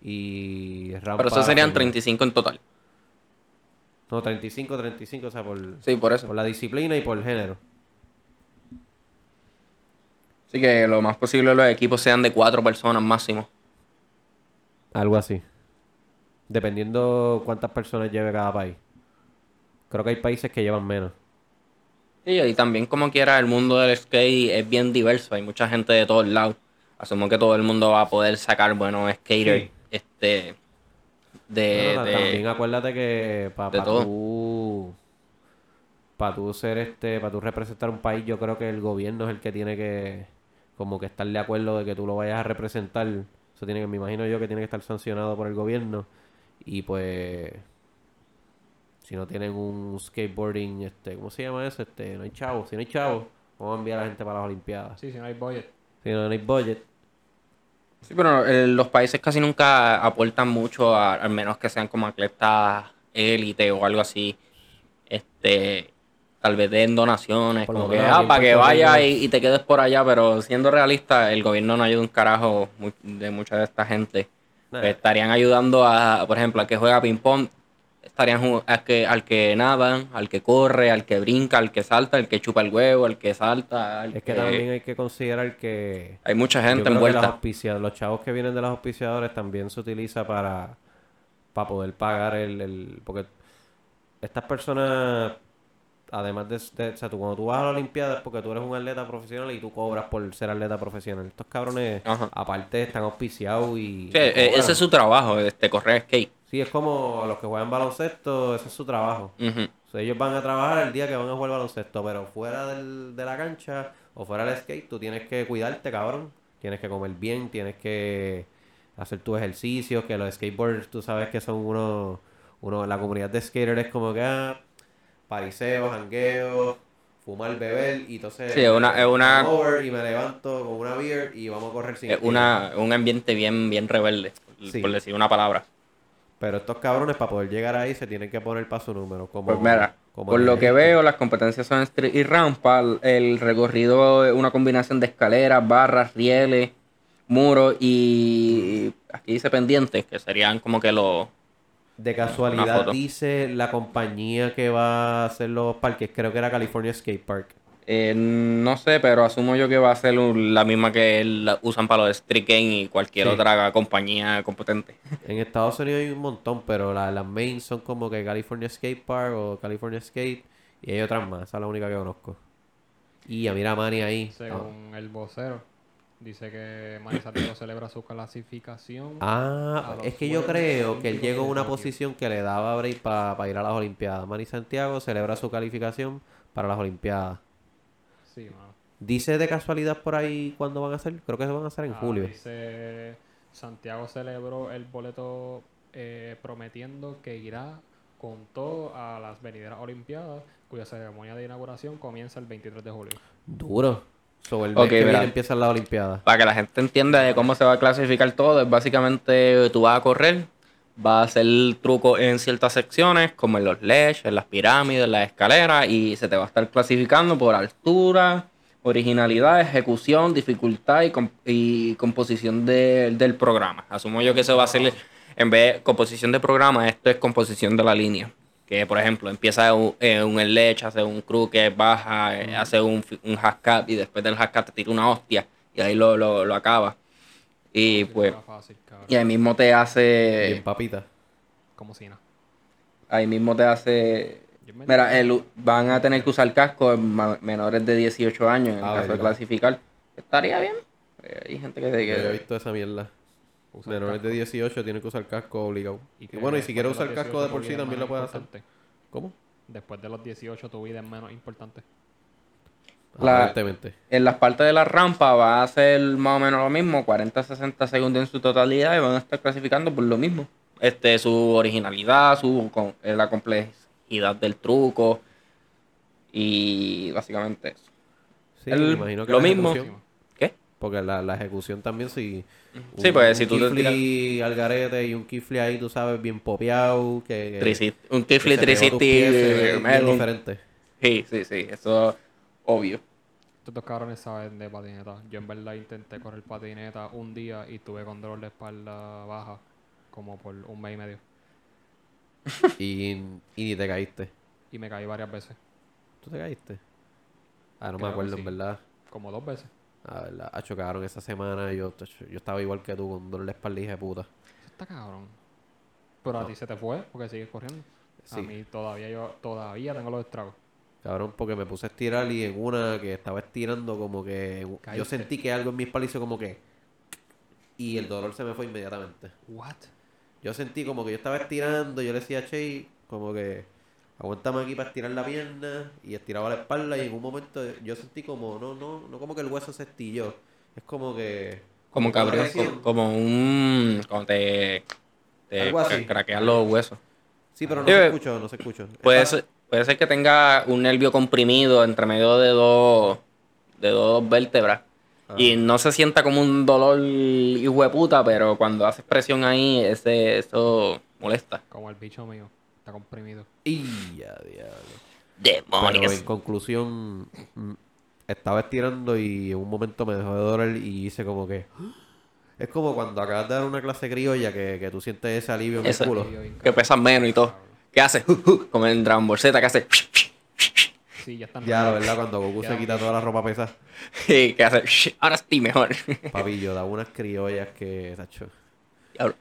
Speaker 1: y rampa.
Speaker 3: Pero eso serían
Speaker 1: femina.
Speaker 3: 35 en total.
Speaker 1: No, 35, 35, o sea, por,
Speaker 3: Sí, por eso.
Speaker 1: por la disciplina y por el género.
Speaker 3: Así que lo más posible los equipos sean de cuatro personas máximo.
Speaker 1: Algo así. Dependiendo cuántas personas lleve cada país. Creo que hay países que llevan menos.
Speaker 3: Sí, y también como quiera, el mundo del skate es bien diverso, hay mucha gente de todos lados. Asumo que todo el mundo va a poder sacar buenos skaters
Speaker 1: Sí.
Speaker 3: este, de,
Speaker 1: Bueno, ta-
Speaker 3: Eh, de-
Speaker 1: también acuérdate que para
Speaker 3: de todo.
Speaker 1: tú para tú ser este, para tú representar un país, yo creo que el gobierno es el que tiene que como que estar de acuerdo de que tú lo vayas a representar. Eso tiene que me imagino yo que tiene que estar sancionado por el gobierno y pues si no tienen un skateboarding este, ¿cómo se llama eso? Este, no hay chavos, si no hay chavos, vamos a enviar a la gente para las olimpiadas.
Speaker 2: Sí, si no hay budget.
Speaker 1: Si no, no hay budget.
Speaker 3: Sí, pero eh, los países casi nunca aportan mucho, a- al menos que sean como atletas élite o algo así. Este, tal vez den donaciones,
Speaker 1: Por lo
Speaker 3: como que,
Speaker 1: menos aquí
Speaker 3: ah,
Speaker 1: en
Speaker 3: para que
Speaker 1: Puerto
Speaker 3: vaya
Speaker 1: Rico-
Speaker 3: y, y te quedes por allá, pero siendo realista, el gobierno no ayuda un carajo mu- de mucha de esta gente.
Speaker 1: Nah.
Speaker 3: Pues estarían ayudando a, por ejemplo, al que juega ping-pong, estarían ju- al que, al que nada, al que corre, al que brinca, al que salta, al que chupa el huevo, al que salta. al
Speaker 1: Es que también hay que considerar que
Speaker 3: Hay mucha
Speaker 1: Yo
Speaker 3: gente
Speaker 1: creo que
Speaker 3: envuelta.
Speaker 1: las auspicia- los chavos que vienen de los auspiciadores también se utiliza para, para poder pagar el, el- Porque estas personas, además de, de- O sea, tú, cuando tú vas a la Olimpiada es porque tú eres un atleta profesional y tú cobras por ser atleta profesional. Estos cabrones,
Speaker 3: Ajá.
Speaker 1: aparte, están auspiciados y.
Speaker 3: Sí, eh,
Speaker 1: y cobran.
Speaker 3: ese es su trabajo, este, correr skate.
Speaker 1: Sí, es como los que juegan baloncesto, ese es su trabajo.
Speaker 3: Ujú.
Speaker 1: O sea, ellos van a trabajar el día que van a jugar baloncesto, pero fuera del- de la cancha o fuera del skate, tú tienes que cuidarte, cabrón. Tienes que comer bien, tienes que hacer tus ejercicios, que los skateboards, tú sabes que son unos... uno, la comunidad de skaters es como que, ah, pariseos, jangueos, fumar, beber, y entonces...
Speaker 3: Sí, es una- es una-
Speaker 1: hangover, y me levanto con una beer y vamos a correr sin
Speaker 3: Es una, un ambiente bien, bien rebelde,
Speaker 1: Sí.
Speaker 3: por decir una palabra.
Speaker 1: Pero estos cabrones, para poder llegar ahí, se tienen que poner para su número. Como,
Speaker 3: Pues mira,
Speaker 1: como
Speaker 3: por
Speaker 1: el
Speaker 3: lo que
Speaker 1: ejército.
Speaker 3: veo, las competencias son street y rampa. El recorrido es una combinación de escaleras, barras, rieles, muros y aquí dice pendientes, que serían como que los...
Speaker 1: De
Speaker 3: Una
Speaker 1: casualidad
Speaker 3: foto.
Speaker 1: dice la compañía que va a hacer los parques, creo que era California Skate Park.
Speaker 3: eh, no sé, pero asumo yo que va a ser un- la misma que la usan para los street game y cualquier
Speaker 1: Sí.
Speaker 3: otra compañía competente.
Speaker 1: En Estados Unidos hay un montón, pero la- las main son como que California Skate Park o California Skate y hay otras más, esa es la única que conozco. Y a mira a Manny ahí. Ah.
Speaker 2: Según el vocero, dice que Manizatero celebra su clasificación.
Speaker 1: Ah,
Speaker 2: A los
Speaker 1: es que yo
Speaker 2: Juegos
Speaker 1: creo que él
Speaker 2: Olímpicos
Speaker 1: llegó a
Speaker 2: de
Speaker 1: una
Speaker 2: Tokio.
Speaker 1: posición que le daba break para ir a las Olimpiadas. Manny Santiago celebra su calificación para las Olimpiadas.
Speaker 2: Sí, mano.
Speaker 1: Dice de casualidad por ahí cuándo van a hacer, creo que se van a hacer en
Speaker 2: Ah,
Speaker 1: julio.
Speaker 2: Dice, Santiago celebró el boleto eh, prometiendo que irá con todo a las venideras Olimpiadas, cuya ceremonia de inauguración comienza el 23 de julio.
Speaker 1: Duro. Sobre el
Speaker 3: Ok,
Speaker 1: mes que viene
Speaker 3: verá.
Speaker 1: empiezan las Olimpiadas.
Speaker 3: Para que la gente entienda de cómo se va a clasificar todo, es básicamente tú vas a correr, vas a hacer trucos en ciertas secciones, como en los ledges, en las pirámides, en las escaleras, y se te va a estar clasificando por altura, originalidad, ejecución, dificultad y, com- y composición de- del programa. Asumo yo que eso va a ser, en vez de composición de programa, esto es composición de la línea. Que, por ejemplo, empieza un, eh, un ledge, hace un que baja, eh, hace un, fi- un hascat y después del hascat te tira una hostia y ahí lo, lo, lo acaba. Y pues,
Speaker 2: Está fácil, cabrón.
Speaker 3: y ahí mismo te hace.
Speaker 1: Bien, papita.
Speaker 2: Como si nada.
Speaker 3: Ahí mismo te hace.
Speaker 2: Yo me-
Speaker 3: Mira, eh, el- van a tener que usar casco en ma- menores de 18 años en
Speaker 1: Ah,
Speaker 3: caso de
Speaker 1: verdad.
Speaker 3: clasificar. Estaría bien. Eh, hay gente que se
Speaker 1: Yo he
Speaker 3: que.
Speaker 1: visto esa mierda.
Speaker 2: Usa el
Speaker 1: Menores de
Speaker 2: casco.
Speaker 1: 18 tienen que usar casco obligado. Y,
Speaker 2: que
Speaker 1: bueno, y si quieres usar
Speaker 2: después los
Speaker 1: casco de
Speaker 2: 18
Speaker 1: por sí
Speaker 2: tu vida es
Speaker 1: también lo
Speaker 2: menos
Speaker 1: puedes hacer.
Speaker 2: importante.
Speaker 1: ¿Cómo?
Speaker 2: Después de los 18 tu vida es menos importante.
Speaker 3: La-
Speaker 1: Aparentemente.
Speaker 3: En las partes de la rampa va a ser más o menos lo mismo, 40-60 segundos en su totalidad y van a estar clasificando por lo mismo. Este, su originalidad, su con- eh, la complejidad del truco y básicamente eso.
Speaker 1: Sí,
Speaker 3: El-
Speaker 1: me imagino que
Speaker 3: lo
Speaker 1: la
Speaker 3: mismo.
Speaker 1: ejecución-
Speaker 3: ¿Qué?
Speaker 1: Porque la, la ejecución también, si.
Speaker 3: Sí, pues, si tú te
Speaker 1: te al garete y un kifle ahí, tú sabes, bien popeado. Que, que-
Speaker 3: Tricit- Un
Speaker 1: que
Speaker 3: Tifly
Speaker 1: se pegó tus pies, se ve
Speaker 3: Tricity.
Speaker 1: bien diferente.
Speaker 3: eh, Sí, sí, sí. Eso obvio.
Speaker 2: Estos dos cabrones saben de patineta. Yo en verdad intenté correr patineta un día y tuve con dolor de espalda baja como por un mes y medio.
Speaker 1: Y, y ni te caíste.
Speaker 2: Y me caí varias veces,
Speaker 1: ¿Tú te caíste? Ah, no
Speaker 2: Creo
Speaker 1: me
Speaker 2: que
Speaker 1: acuerdo,
Speaker 2: sí.
Speaker 1: en verdad.
Speaker 2: como dos veces.
Speaker 1: Ah, verdad. Ah, chocaron esa semana. Yo, yo estaba igual que tú, con dolor de espalda, hija de puta.
Speaker 2: Eso está cabrón. Pero a ti se te fue porque sigues corriendo. A
Speaker 1: Sí.
Speaker 2: mí todavía yo todavía tengo los estragos.
Speaker 1: Cabrón, porque me puse a estirar y en una que estaba estirando como que... Yo
Speaker 2: Caíste.
Speaker 1: sentí que algo en mi espalda hizo como que... Y el dolor se me fue inmediatamente.
Speaker 2: What?
Speaker 1: Yo sentí como que yo estaba estirando, yo le decía a Che, como que... Aguántame aquí para estirar la pierna y estiraba la espalda y en un momento yo sentí como... No, no, no como que el hueso se estilló. Es como que...
Speaker 3: Como cabrón,
Speaker 1: Una reacción.
Speaker 3: como un. Como te. Te
Speaker 1: Algo así.
Speaker 3: cra- craquean los huesos.
Speaker 1: Sí, pero no
Speaker 3: Sí, Pues
Speaker 1: se
Speaker 3: eh,
Speaker 1: escuchó, no se escuchó.
Speaker 3: Puede
Speaker 1: Estaba-
Speaker 3: ser, puede ser que tenga un nervio comprimido entre medio de dos. De dos vértebras.
Speaker 1: Ah.
Speaker 3: Y no se sienta como un dolor hijo de puta, pero cuando haces presión ahí, ese, eso molesta.
Speaker 2: Como el bicho mío. Está comprimido.
Speaker 1: Y ya, diablo. Pero en
Speaker 3: ¡Demonios!
Speaker 1: conclusión, mm, estaba estirando y en un momento me dejó de doler y hice como que. ¡Ah! Es como cuando acabas de dar una clase criolla que, que tú sientes ese alivio en
Speaker 3: Eso.
Speaker 1: el culo.
Speaker 2: Y yo, y-
Speaker 3: Que pesan menos y todo. ¿Qué hace? *laughs* Como en Dragon Ball Z, que hace.
Speaker 2: Sí, ya están.
Speaker 1: Ya, la verdad, cuando Goku se
Speaker 2: Ya.
Speaker 1: quita toda la ropa pesada,
Speaker 3: *laughs* Sí, que hace, ahora estoy mejor. *laughs*
Speaker 1: papillo, da unas criollas que. Tacho.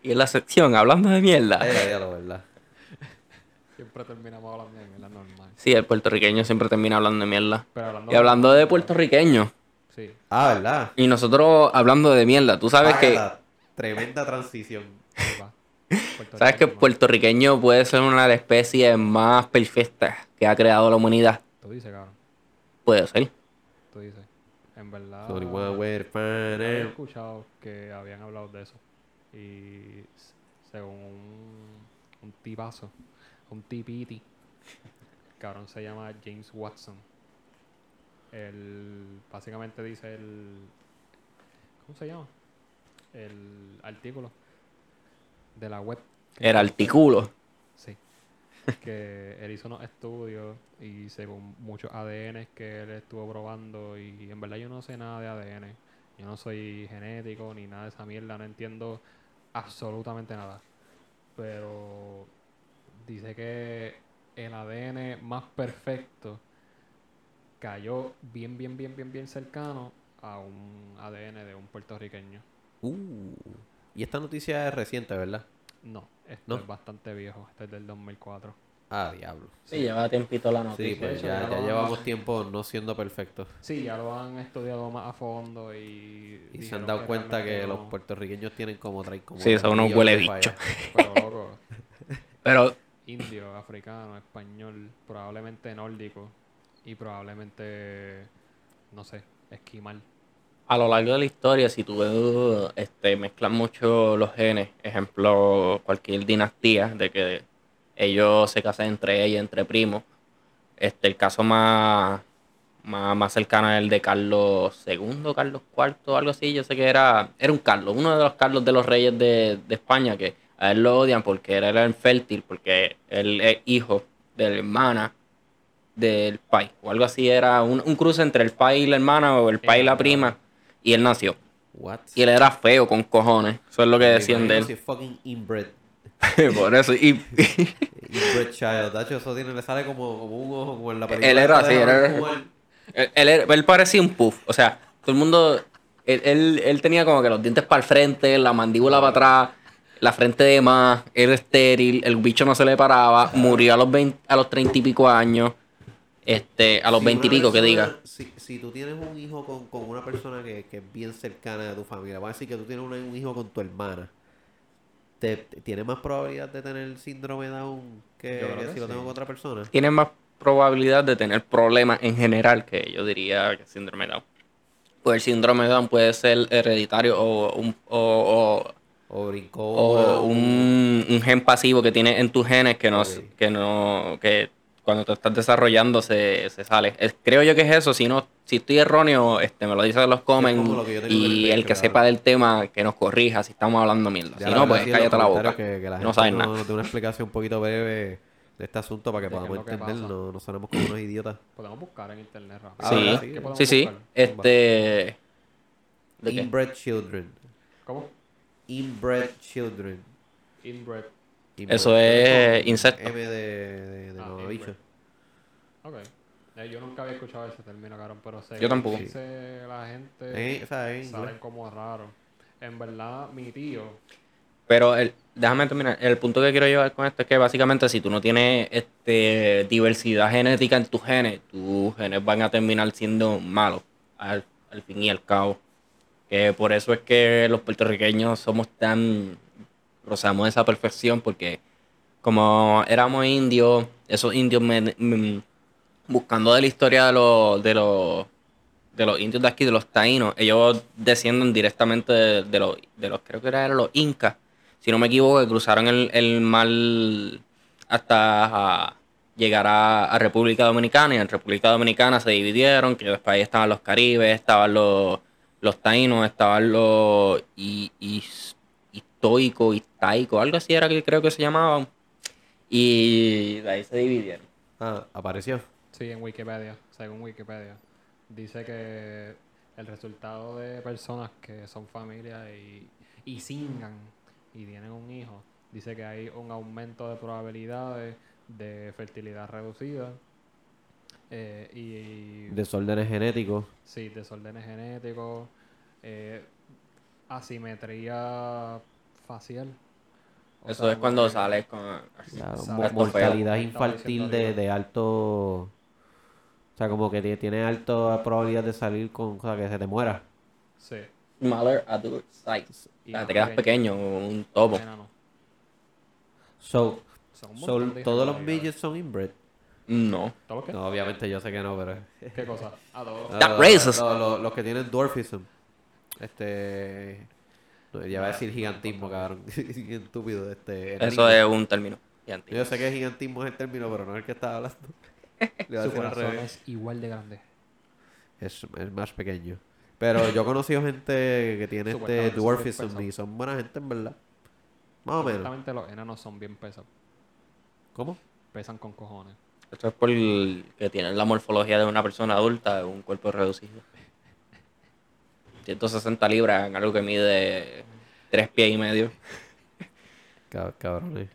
Speaker 3: Y en la sección, hablando de mierda.
Speaker 1: Eh, Ya, ya, la verdad.
Speaker 2: Siempre terminamos hablando de mierda normal.
Speaker 3: Sí, el puertorriqueño siempre termina hablando de mierda.
Speaker 2: Pero hablando
Speaker 3: Y hablando de puertorriqueño,
Speaker 2: Sí.
Speaker 1: Ah, ¿verdad?
Speaker 3: y nosotros hablando de mierda, tú sabes que,
Speaker 1: Ágata, Tremenda transición.
Speaker 2: ahí va. Puerto
Speaker 3: sabes que el
Speaker 2: Rico, hermano.
Speaker 3: puertorriqueño puede ser una de las especies más perfectas que ha creado la humanidad.
Speaker 2: Tú dices, cabrón.
Speaker 3: Puede ser.
Speaker 2: Tú dices. En verdad.
Speaker 1: Sorry, one way, fan,
Speaker 2: Había
Speaker 1: eh.
Speaker 2: escuchado que habían hablado de eso. Y s- según un, un tipazo, un tipiti, el cabrón se llama James Watson. Él básicamente dice el. ¿Cómo se llama? El artículo de la web.
Speaker 3: El artículo.
Speaker 2: Sí. que *laughs* él hizo unos estudios y según muchos ADN que él estuvo probando y en verdad yo no sé nada de ADN. Yo no soy genético ni nada de esa mierda, no entiendo absolutamente nada. Pero dice que el ADN más perfecto cayó bien, bien, bien, bien, bien cercano a un ADN de un puertorriqueño.
Speaker 1: Uh, y esta noticia es reciente, ¿verdad?
Speaker 2: No, esto
Speaker 1: ¿No?
Speaker 2: es bastante viejo, este es del 2004.
Speaker 1: Ah, diablo.
Speaker 3: Sí, lleva tiempito la
Speaker 1: Sí, pues
Speaker 2: eso
Speaker 1: ya,
Speaker 2: ya lo
Speaker 1: ya
Speaker 2: vamos.
Speaker 1: llevamos tiempo no siendo perfectos.
Speaker 2: Sí, ya lo han estudiado más a fondo y...
Speaker 1: Y se
Speaker 2: dijeron
Speaker 1: han dado cuenta que
Speaker 2: realmente
Speaker 1: los
Speaker 2: no.
Speaker 1: puertorriqueños tienen como traen como.
Speaker 3: Sí, son unos
Speaker 1: millones
Speaker 3: huele
Speaker 1: de fallas.
Speaker 2: Pero loco,
Speaker 3: Pero
Speaker 2: indio, africano, español, probablemente nórdico y probablemente, no sé, esquimal.
Speaker 3: a lo largo de la historia, si tú eh, este, mezclas mucho los genes, ejemplo, cualquier dinastía, de que ellos se casan entre ellos, entre primos, este, el caso más, más, más cercano es el de Carlos II, Carlos IV, algo así, yo sé que era, era un Carlos, uno de los Carlos de los reyes de, de España, que a él lo odian porque él era infértil, porque él es hijo de la hermana del pai, o algo así, era un, un cruce entre el pai y la hermana, o el pai y la prima, y él nació.
Speaker 1: What?
Speaker 3: Y él era feo con cojones. Eso es lo que
Speaker 1: Me
Speaker 3: decían de
Speaker 1: imagino
Speaker 3: él.
Speaker 1: si fucking inbred.
Speaker 3: *laughs* Por eso. Y, y-
Speaker 1: Inbred child. Tacho, eso tiene, le sale como, como un ojo, como en la película.
Speaker 3: Él era
Speaker 1: esta de
Speaker 3: así,
Speaker 1: Harold
Speaker 3: era-
Speaker 1: Kumar.
Speaker 3: él, él- él parecía un puff. O sea, todo el mundo. Él, él- él tenía como que los dientes para el frente, la mandíbula para atrás, la frente de más. Era estéril, el bicho no se le paraba. Murió a los 20 a los 30 y pico años. Este, a los
Speaker 1: Si
Speaker 3: 20 y
Speaker 1: una
Speaker 3: pico, que
Speaker 1: persona-
Speaker 3: diga.
Speaker 1: Si, si tú tienes un hijo con, con una persona que, que es bien cercana a tu familia, vamos a decir que tú tienes una- un hijo con tu hermana, te, te- ¿tiene más probabilidad de tener el síndrome Down que,
Speaker 2: Yo creo
Speaker 1: que
Speaker 2: que
Speaker 1: si lo
Speaker 2: sí.
Speaker 1: tengo con otra persona?
Speaker 3: Tiene más probabilidad de tener problemas en general que yo diría que síndrome de Down. Pues el síndrome de Down puede ser hereditario o, un- o- o
Speaker 1: O brincó. una-
Speaker 3: o un, un gen pasivo que tienes en tus genes que no,
Speaker 1: Oh. Ok.
Speaker 3: que no, que cuando te estás desarrollando se, se sale. Es- creo yo que es eso. Si no, si estoy erróneo, este me lo dicen los comments.
Speaker 1: como lo que yo tengo del
Speaker 3: y
Speaker 1: Patreon,
Speaker 3: el que
Speaker 1: claro.
Speaker 3: sepa del tema, que nos corrija si estamos hablando mierda.
Speaker 1: Ya la
Speaker 3: si no,
Speaker 1: verdad,
Speaker 3: pues
Speaker 1: sí, en los
Speaker 3: cállate la boca.
Speaker 1: comentarios que- que la
Speaker 3: no
Speaker 1: gente
Speaker 3: saben
Speaker 1: no-
Speaker 3: nada.
Speaker 1: Nos dé una explicación un poquito breve de este asunto para que
Speaker 2: De qué es
Speaker 1: podamos
Speaker 2: lo que
Speaker 1: entender.
Speaker 2: pasa.
Speaker 1: No, no sonemos como unos idiotas.
Speaker 2: Podemos buscar en internet rápido.
Speaker 3: Sí.
Speaker 2: ¿verdad?
Speaker 1: Sí,
Speaker 2: ¿Qué podemos
Speaker 3: Sí, sí.
Speaker 2: buscar?
Speaker 3: Este. *clears throat* ¿De qué?
Speaker 1: Inbred children.
Speaker 2: ¿Cómo?
Speaker 1: Inbred children.
Speaker 2: Inbred.
Speaker 1: Inbred.
Speaker 3: Eso es insecto.
Speaker 1: M de, de, de
Speaker 2: Ah,
Speaker 1: mamabicho.
Speaker 2: inbred. Ok. Eh, yo nunca había escuchado ese término, cabrón, pero sé
Speaker 3: Yo tampoco.
Speaker 2: que dice la gente
Speaker 1: Eh, o sea, es inglés.
Speaker 2: salen como raro. En verdad, mi tío,
Speaker 3: Pero el- déjame terminar. El punto que quiero llevar con esto es que básicamente si tú no tienes este, diversidad genética en tus genes, tus genes van a terminar siendo malos al, al fin y al cabo. Que por eso es que los puertorriqueños somos tan... rozamos esa perfección porque como éramos indios, esos indios men- mm, buscando de la historia de los, de los de los indios de aquí, de los taínos, ellos descienden directamente de, de los, de los, creo que era- eran los incas, si no me equivoco, que cruzaron el, el mar hasta ah, llegar a, a República Dominicana, y en República Dominicana se dividieron, que después ahí estaban los caribes, estaban los, los taínos, estaban los y, y, histoicos, histaicos, algo así era que creo que se llamaban, y de ahí se dividieron.
Speaker 1: Ah, apareció.
Speaker 2: sí, en Wikipedia, según Wikipedia, dice que el resultado de personas que son familia y, y singan y tienen un hijo, dice que hay un aumento de probabilidades de fertilidad reducida eh, y
Speaker 1: Desórdenes genéticos.
Speaker 2: Sí, desórdenes genéticos, eh, asimetría facial. O
Speaker 3: Eso
Speaker 2: sea,
Speaker 3: es cuando
Speaker 2: que-
Speaker 3: sales con...
Speaker 1: Claro,
Speaker 2: Exacto.
Speaker 1: mo-
Speaker 3: Estás
Speaker 1: mortalidad
Speaker 2: feo.
Speaker 1: infantil
Speaker 2: Estaba
Speaker 1: de,
Speaker 2: diciendo
Speaker 1: de alto. O sea, como que tie- tiene alta probabilidad de salir con. O sea, que se te muera.
Speaker 2: Sí.
Speaker 3: Smaller adult size.
Speaker 2: Y
Speaker 3: O sea,
Speaker 2: más
Speaker 3: Ah, te quedas pequeño, un topo.
Speaker 2: enano.
Speaker 1: So,
Speaker 2: Son un
Speaker 1: so,
Speaker 2: montón de
Speaker 1: todos los
Speaker 2: hijos de la
Speaker 1: midgets son inbred.
Speaker 3: No.
Speaker 2: vida. ¿Todos los qué?
Speaker 1: No, obviamente yo sé que no, pero.
Speaker 2: ¿Qué cosa? A todos.
Speaker 3: That
Speaker 1: No,
Speaker 3: racist.
Speaker 1: no, lo- los que tienen dwarfism. Este. no, ya va a decir gigantismo, cabrón. *laughs* Estúpido. Este,
Speaker 3: Eso
Speaker 1: enanismo.
Speaker 3: es un término.
Speaker 1: Yo sé que gigantismo es el término, pero no es el que estaba hablando.
Speaker 2: *laughs*
Speaker 1: Le iba a
Speaker 2: Su
Speaker 1: decir al
Speaker 2: corazón
Speaker 1: revés.
Speaker 2: es igual de grande.
Speaker 1: Es, es más pequeño. Pero yo he conocido gente que tiene este
Speaker 2: Supuestamente son
Speaker 1: dwarfism
Speaker 2: personas.
Speaker 1: y son buena gente, en verdad. Más o menos.
Speaker 2: Exactamente, los enanos son bien pesados.
Speaker 1: ¿Cómo?
Speaker 2: Pesan con cojones.
Speaker 3: Esto es por el- que tienen la morfología de una persona adulta, un cuerpo reducido. 160 libras en algo que mide 3 pies y medio.
Speaker 1: Cab- Cabrones.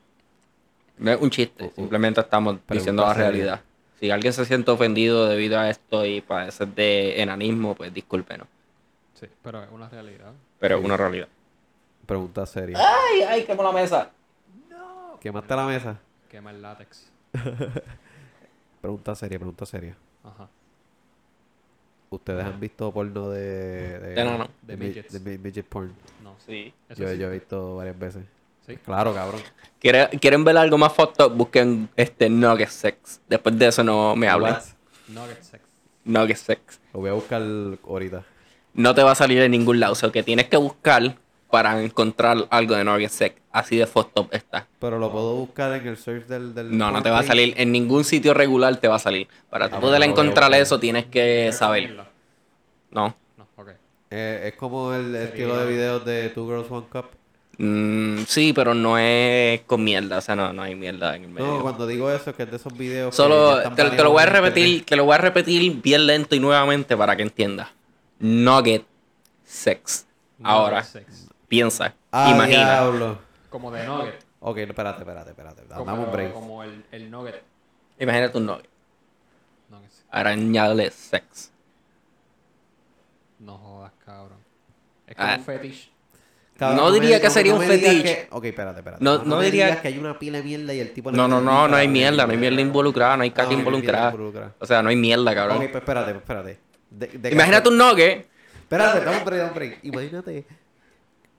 Speaker 3: No es un chiste,
Speaker 1: Uh, uh.
Speaker 3: simplemente estamos diciendo la
Speaker 1: seria.
Speaker 3: realidad. Si alguien se siente ofendido debido a esto y padece de enanismo, pues discúlpenos.
Speaker 2: Sí, pero es una realidad.
Speaker 3: Pero es una realidad.
Speaker 1: Pregunta seria.
Speaker 3: ¡Ay, ay, quemó la mesa!
Speaker 2: ¡Oh!
Speaker 1: ¿Quemaste la mesa?
Speaker 2: Quema el látex.
Speaker 1: Pregunta seria, pregunta seria.
Speaker 2: Ajá.
Speaker 1: ¿Ustedes han visto porno de. De,
Speaker 3: De no, no.
Speaker 1: de
Speaker 2: De
Speaker 1: mi-
Speaker 2: midgets.
Speaker 1: de mi- midget porn.
Speaker 2: No.
Speaker 3: Sí.
Speaker 2: Eso
Speaker 1: Yo,
Speaker 2: sí.
Speaker 1: yo he visto varias veces.
Speaker 2: Sí.
Speaker 1: Claro, cabrón.
Speaker 3: ¿Quiere- ¿Quieren ver algo más fucked up? Busquen este Nugget Sex. Después de eso no me hablen.
Speaker 1: What?
Speaker 2: Nugget sex.
Speaker 3: Nugget Sex.
Speaker 1: Lo voy a buscar ahorita.
Speaker 3: No te va a salir en ningún lado. O sea, que tienes que buscar para encontrar algo de Nugget Sex. Así de fucked up está.
Speaker 1: Pero lo puedo buscar en el search del. del
Speaker 3: No, no
Speaker 1: porn
Speaker 3: te va a
Speaker 1: page.
Speaker 3: salir. En ningún sitio regular te va a salir. Para tú
Speaker 1: Ah,
Speaker 3: poder
Speaker 1: bueno, voy a
Speaker 3: encontrar
Speaker 1: buscar.
Speaker 3: eso tienes que saber. No.
Speaker 2: No, ok.
Speaker 1: Eh, es como el
Speaker 2: Sería-
Speaker 1: estilo de videos de Two Girls One Cup.
Speaker 3: Mm, sí, pero no es con mierda. O sea, no, no hay mierda en el medio.
Speaker 1: No, cuando digo eso es que es de esos videos. que ya
Speaker 3: Solo
Speaker 1: están
Speaker 3: te, te lo
Speaker 1: baneados
Speaker 3: voy a
Speaker 1: en internet.
Speaker 3: repetir, te lo voy a repetir bien lento y nuevamente para que entiendas. Nugget sex. Ahora,
Speaker 2: Nugget sex.
Speaker 3: piensa,
Speaker 1: Ah,
Speaker 3: imagina.
Speaker 1: diablo.
Speaker 2: Como de nugget.
Speaker 1: Ok, espérate, espérate, espérate.
Speaker 2: Como,
Speaker 1: Dame un break.
Speaker 2: como el, el nugget.
Speaker 3: Imagínate un nugget.
Speaker 2: Nugget sex.
Speaker 3: Ahora añádele sex.
Speaker 2: No jodas, cabrón. Es como
Speaker 3: Ah.
Speaker 2: un fetish.
Speaker 1: Cabrón,
Speaker 3: No
Speaker 1: me
Speaker 3: diría
Speaker 1: di-
Speaker 3: que sería un
Speaker 1: me digas
Speaker 3: fetiche.
Speaker 1: que- Ok, espérate, espérate.
Speaker 3: No- no
Speaker 1: me
Speaker 3: diría-
Speaker 1: digas que hay una pila de mierda y el tipo... le
Speaker 3: No, no,
Speaker 1: mete
Speaker 3: no,
Speaker 1: mierda
Speaker 3: no hay
Speaker 1: a la
Speaker 3: mierda, no hay mierda involucrada, no hay
Speaker 1: No,
Speaker 3: caca
Speaker 1: no hay mierda
Speaker 3: involucrada.
Speaker 1: involucrada.
Speaker 3: O sea, no hay mierda,
Speaker 1: Ok,
Speaker 3: cabrón.
Speaker 1: pues espérate, pues espérate. De- de-
Speaker 3: Imagínate un nugget.
Speaker 1: Espérate, dame un break, dame un break. Imagínate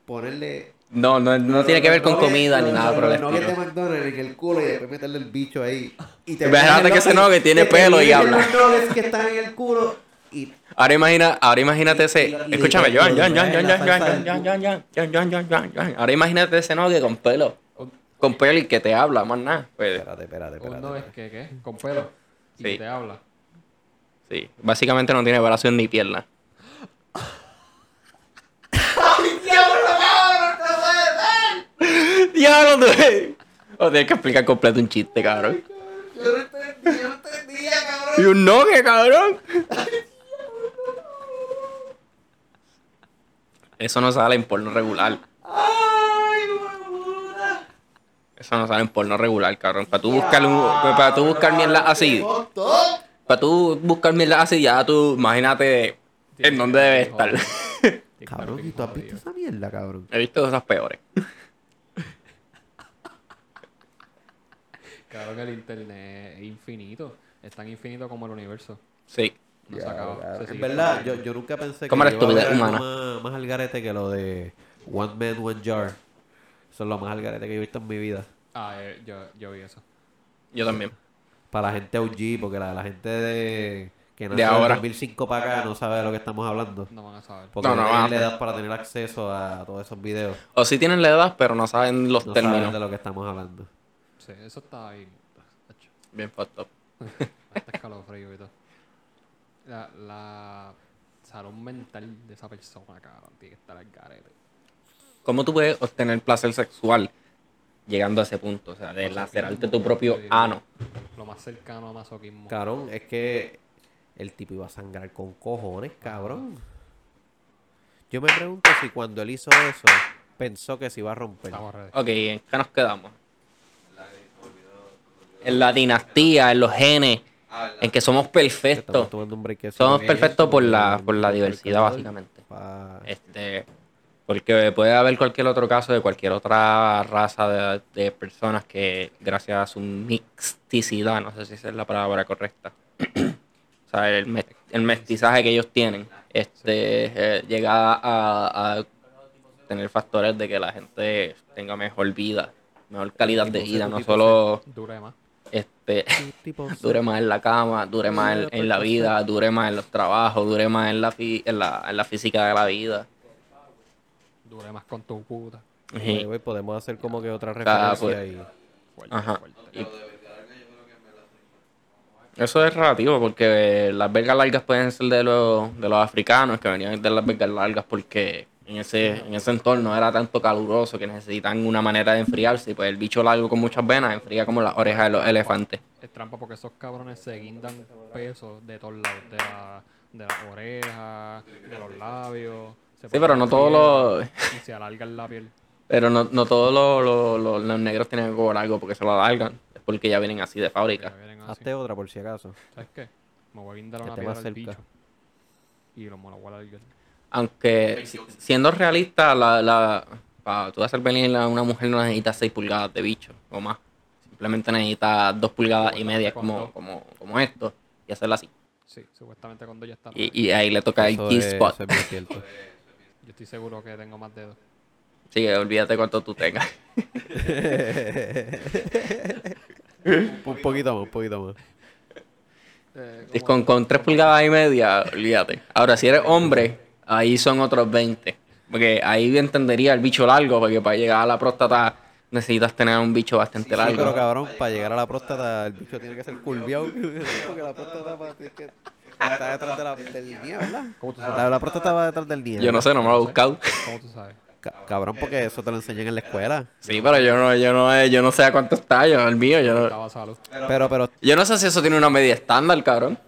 Speaker 1: ponerle...
Speaker 3: No, no, no tiene que ver con
Speaker 1: No, no,
Speaker 3: comida
Speaker 1: no,
Speaker 3: ni nada
Speaker 1: no,
Speaker 3: por el
Speaker 1: no,
Speaker 3: estilo.
Speaker 1: No, que te McDonald's en el culo y después meterle el bicho ahí. Y te
Speaker 3: Imagínate
Speaker 1: metes
Speaker 3: que ese
Speaker 1: nugget-
Speaker 3: nugget tiene
Speaker 1: que te
Speaker 3: pelo y
Speaker 1: metes
Speaker 3: habla.
Speaker 1: los nuggets que están en el culo y
Speaker 3: Ahora imagina, ahora imagínate
Speaker 1: Y-
Speaker 3: ese.
Speaker 1: y-
Speaker 3: Escúchame,
Speaker 1: y-
Speaker 3: Joan,
Speaker 1: y-
Speaker 3: Joan, Joan,
Speaker 1: y-
Speaker 3: Joan,
Speaker 1: la salsa
Speaker 3: Joan, Joan,
Speaker 1: del-
Speaker 3: Joan, Joan, Joan, Joan, Joan, Joan. Ahora imagínate ese nugget con pelo.
Speaker 2: Un-
Speaker 3: Con peli que te habla, más nada. pues,
Speaker 1: Espérate, espérate,
Speaker 2: Uno
Speaker 1: espérate.
Speaker 2: es que, ¿qué? Con pelo. Y
Speaker 3: Sí.
Speaker 2: te habla.
Speaker 3: sí. Básicamente no tiene brazos ni pierna. *laughs* ¡Diablo, no puede *laughs* O tienes que explicar completo un chiste, cabrón. Yo no entendía, cabrón. Y un noje, cabrón. Eso no sale en porno regular. Eso no sale en porno regular, cabrón. Para tú buscar un, para tú buscar mierda así. Para tú buscar mierda así, ya tú imagínate en dónde debe estar.
Speaker 1: Cabrón, ¿y tú has visto esa mierda, cabrón?
Speaker 3: He visto cosas peores.
Speaker 2: Claro que el internet es infinito. Es tan infinito como el universo.
Speaker 3: Sí.
Speaker 2: No se
Speaker 1: Ya,
Speaker 2: acaba.
Speaker 1: ya.
Speaker 2: Se
Speaker 1: En
Speaker 2: sigue
Speaker 1: verdad, yo,
Speaker 2: expandiendo.
Speaker 1: yo nunca pensé
Speaker 3: Cámara
Speaker 1: que iba a haber
Speaker 3: estúpida,
Speaker 1: algo más, más al garete que lo de One Man, One Jar. Eso es lo más al garete que yo he visto en mi vida.
Speaker 2: Ah, eh, yo, yo vi eso.
Speaker 3: Yo también.
Speaker 1: Para la gente OG, porque la, la gente de que nació
Speaker 3: De
Speaker 1: en
Speaker 3: ahora.
Speaker 1: 2005 para acá no sabe de lo que estamos hablando.
Speaker 2: No van a saber.
Speaker 1: Porque
Speaker 3: No,
Speaker 1: no,
Speaker 3: no,
Speaker 1: tienen
Speaker 3: vamos.
Speaker 1: la edad para tener acceso a todos esos videos.
Speaker 3: O sí tienen la edad, pero no saben los
Speaker 1: No saben
Speaker 3: términos.
Speaker 1: de lo que estamos hablando.
Speaker 2: Sí, eso está ahí. Tacho,
Speaker 3: Bien fucked up.
Speaker 2: Hasta escalofrío y todo. La, la salud mental de esa persona, cabrón, tiene que estar al garete.
Speaker 3: ¿Cómo tú puedes obtener placer sexual llegando a ese punto? O sea, de lacerarte tu propio ano.
Speaker 2: Lo más cercano a masoquismo.
Speaker 1: Cabrón, es que el tipo iba a sangrar con cojones, cabrón. Yo me pregunto si cuando él hizo eso, pensó que se iba a romper.
Speaker 2: Estamos ready.
Speaker 3: Ok, ¿en qué nos quedamos? En la dinastía, en los genes, en que somos perfectos.
Speaker 1: Estamos tomando un brequecito.
Speaker 3: Somos perfectos por la, por la diversidad, básicamente.
Speaker 1: Pa-
Speaker 3: Este, porque puede haber cualquier otro caso de cualquier otra raza de, de personas que, gracias a su mixticidad, no sé si esa es la palabra correcta, *clears throat* o sea, el, mes- el mestizaje que ellos tienen, este, eh, llega a, a tener factores de que la gente tenga mejor vida, mejor calidad de vida, no solo
Speaker 2: Dura de más.
Speaker 3: este, *laughs*
Speaker 1: tipo
Speaker 3: dure más en la cama, dure más en, en la vida, dure más en los trabajos, dure más en la, fi- en la, en la física de la vida.
Speaker 2: Dura de más con tu puta.
Speaker 3: Ujú.
Speaker 1: Luego, y pues, podemos hacer como que otra referencia
Speaker 3: Ah, pues.
Speaker 1: ahí.
Speaker 2: Fuerte,
Speaker 3: Ajá.
Speaker 2: fuerte.
Speaker 3: Y- Eso es relativo porque las vergas largas pueden ser de los, de los africanos que venían de las vergas largas porque en ese, en ese entorno era tanto caluroso que necesitan una manera de enfriarse y pues el bicho largo con muchas venas enfría como las orejas de los elefantes.
Speaker 2: Es trampa porque esos cabrones se guindan pesos de todos lados, de la, de las orejas, de los labios. se
Speaker 3: Sí,
Speaker 2: ponen
Speaker 3: pero no
Speaker 2: la
Speaker 3: todos
Speaker 2: piel
Speaker 3: los,
Speaker 2: Y se alargan la piel.
Speaker 3: pero no, no todos los, los- los- los negros tienen algo largo porque se lo alargan, es porque ya vienen así de
Speaker 2: que
Speaker 3: fábrica.
Speaker 2: vienen así.
Speaker 1: Hazte otra por si acaso.
Speaker 2: ¿Sabes qué? Me voy a guindar
Speaker 1: Que
Speaker 2: una
Speaker 1: esté
Speaker 2: piedra
Speaker 1: más
Speaker 2: al
Speaker 1: cerca.
Speaker 2: bicho. Y lo me lo voy a alargar.
Speaker 3: Aunque si- siendo realista, la, la, para tú hacer venir a una mujer no necesita 6 pulgadas de bicho o más. Simplemente necesita 2 pulgadas y media como, como, como esto y hacerla así.
Speaker 2: Sí, supuestamente cuando ya está. ready.
Speaker 3: Y, y ahí le toca el
Speaker 1: Eso es-
Speaker 3: G-spot.
Speaker 1: eso es bien
Speaker 3: *laughs*
Speaker 1: cierto.
Speaker 2: Yo estoy seguro que tengo más dedos.
Speaker 3: Sí, que olvídate cuánto tú tengas. *laughs*
Speaker 1: un poquito más, un poquito más.
Speaker 3: Y Con, con 3 pulgadas y media, olvídate. Ahora, si eres hombre, ahí son otros 20. Porque ahí yo entendería el bicho largo, porque para llegar a la próstata necesitas tener un bicho bastante
Speaker 1: Sí,
Speaker 3: largo.
Speaker 1: pero cabrón, para llegar a la próstata, el bicho tiene que ser curviado. *laughs* Porque la próstata va- tiene que- está detrás de la- del día, ¿verdad?
Speaker 2: ¿Cómo tú sabes?
Speaker 1: La, la próstata va detrás del día.
Speaker 3: Yo no sé, no me lo he buscado.
Speaker 2: ¿Cómo tú sabes?
Speaker 1: Ca- cabrón, porque eso te lo enseñan en la escuela.
Speaker 3: Sí, pero yo no, yo no, yo no sé a cuánto está, yo el mío, yo no,
Speaker 2: Estaba salud.
Speaker 1: Pero, pero,
Speaker 3: yo no sé si eso tiene una media estándar, cabrón.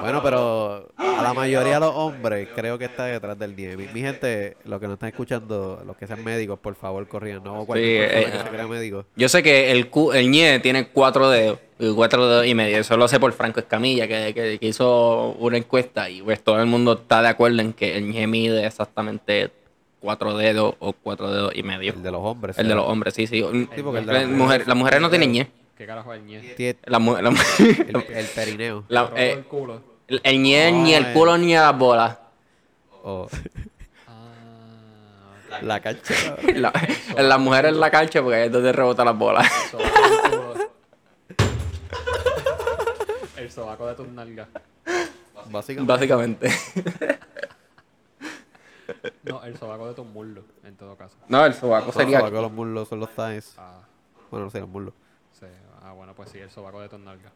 Speaker 1: bueno, pero a la mayoría de los hombres creo que está detrás del 10. Mi, mi gente, los que nos están escuchando, los que sean médicos, por favor, corrían. No, cualquier
Speaker 3: Sí,
Speaker 1: persona
Speaker 3: eh,
Speaker 1: que se crea médico.
Speaker 3: Yo sé que el cu- el ñe tiene cuatro dedos, y cuatro dedos y medio. Eso lo sé por Franco Escamilla, que, que- que hizo una encuesta y pues todo el mundo está de acuerdo en que el ñe mide exactamente cuatro dedos o cuatro dedos y medio.
Speaker 1: El de los hombres.
Speaker 3: El de
Speaker 1: ¿sí?
Speaker 3: los hombres, sí, sí.
Speaker 1: porque el de
Speaker 3: Las
Speaker 1: las
Speaker 3: mujeres- las mujeres no tienen ñe.
Speaker 2: ¿Qué carajo es el ñe?
Speaker 1: Tiene
Speaker 3: Las mu- *laughs* las mu-
Speaker 1: el, el perineo.
Speaker 3: la-
Speaker 2: Rojo
Speaker 3: eh,
Speaker 2: el culo.
Speaker 3: el, el ñe ni el
Speaker 1: Ay.
Speaker 3: culo ni las bolas.
Speaker 1: O
Speaker 2: Ah,
Speaker 1: la cancha. *laughs*
Speaker 3: La- las mujeres en la cancha porque ahí es donde rebota las bolas.
Speaker 2: el sobaco del culo. El sobaco de
Speaker 3: *laughs*
Speaker 2: tus nalgas.
Speaker 1: Básicamente.
Speaker 3: Básicamente.
Speaker 2: No, el sobaco de tus muslos, en todo caso.
Speaker 3: No, el sobaco
Speaker 1: Los
Speaker 3: sería.
Speaker 1: sobacos, los muslos son los thighs.
Speaker 2: Ah,
Speaker 1: Bueno, no sé, los muslos.
Speaker 2: Sí, Ah, bueno, pues sí, el sobaco de tu nalga.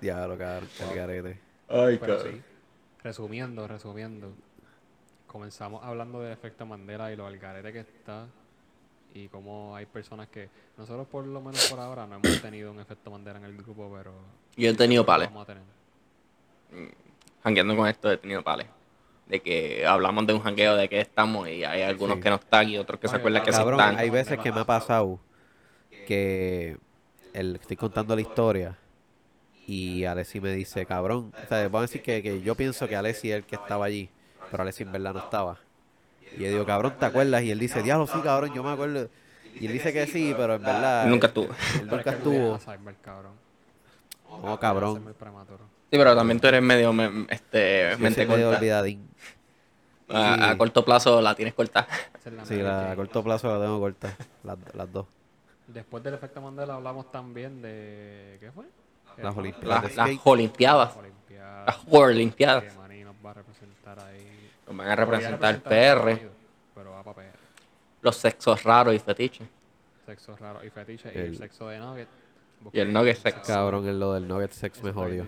Speaker 1: Diablo, car- car- carete.
Speaker 3: Ay,
Speaker 2: Pero sí, resumiendo, resumiendo. Comenzamos hablando del efecto Mandela y lo algarete que está. Y cómo hay personas que. Nosotros, por lo menos por ahora, no hemos tenido un efecto Mandela en el grupo, pero.
Speaker 3: Yo he tenido pales.
Speaker 2: Vamos a tener.
Speaker 3: Jangueando con esto, he tenido pales. De que hablamos de un jangueo, de que estamos y hay algunos
Speaker 1: Sí.
Speaker 3: que no están y otros que se
Speaker 2: Oye,
Speaker 3: acuerdan que sí
Speaker 2: cabrón,
Speaker 3: están.
Speaker 1: hay veces que me ha pasado que el, estoy contando la historia y Alexis me dice, cabrón, o sea, vamos a decir que, que yo pienso que Alexis es el que estaba allí, pero Alexis en verdad no estaba. Y yo digo, cabrón, ¿te acuerdas? Y él dice, diablo, sí, cabrón, yo me acuerdo. Y él dice que sí, pero en verdad...
Speaker 3: Nunca estuvo.
Speaker 1: Él nunca
Speaker 2: Pero es que tú eres
Speaker 1: estuvo.
Speaker 2: Alzheimer, cabrón.
Speaker 1: No, cabrón.
Speaker 2: Alzheimer prematuro.
Speaker 3: Sí, pero también tú eres medio me- este,
Speaker 1: Yo
Speaker 3: mente
Speaker 1: soy medio
Speaker 3: corta.
Speaker 1: olvidadín.
Speaker 3: A, a
Speaker 1: Sí.
Speaker 3: corto plazo la tienes corta.
Speaker 2: Esa es
Speaker 1: Sí,
Speaker 2: mía,
Speaker 1: la a
Speaker 2: Jay.
Speaker 1: corto plazo la tengo corta. Las, las dos.
Speaker 2: Después del efecto Mandela hablamos también de. ¿Qué fue?
Speaker 1: Las olimpiadas. Ah.
Speaker 3: Las,
Speaker 1: de
Speaker 3: las
Speaker 1: skate.
Speaker 3: Olimpiadas.
Speaker 2: Olimpiadas.
Speaker 3: Las Olimpiadas.
Speaker 2: Que Maní nos va a representar ahí.
Speaker 3: Nos van a representar
Speaker 2: Podría representar a
Speaker 3: PR,
Speaker 2: Estados Unidos, Pero va para PR.
Speaker 3: los sexos raros y fetiches.
Speaker 2: Sexo raro y fetiche. Y
Speaker 1: El-
Speaker 2: el sexo de Nugget.
Speaker 3: Y el Nugget sex.
Speaker 1: Cabrón, en lo del Nugget Sex me jodió.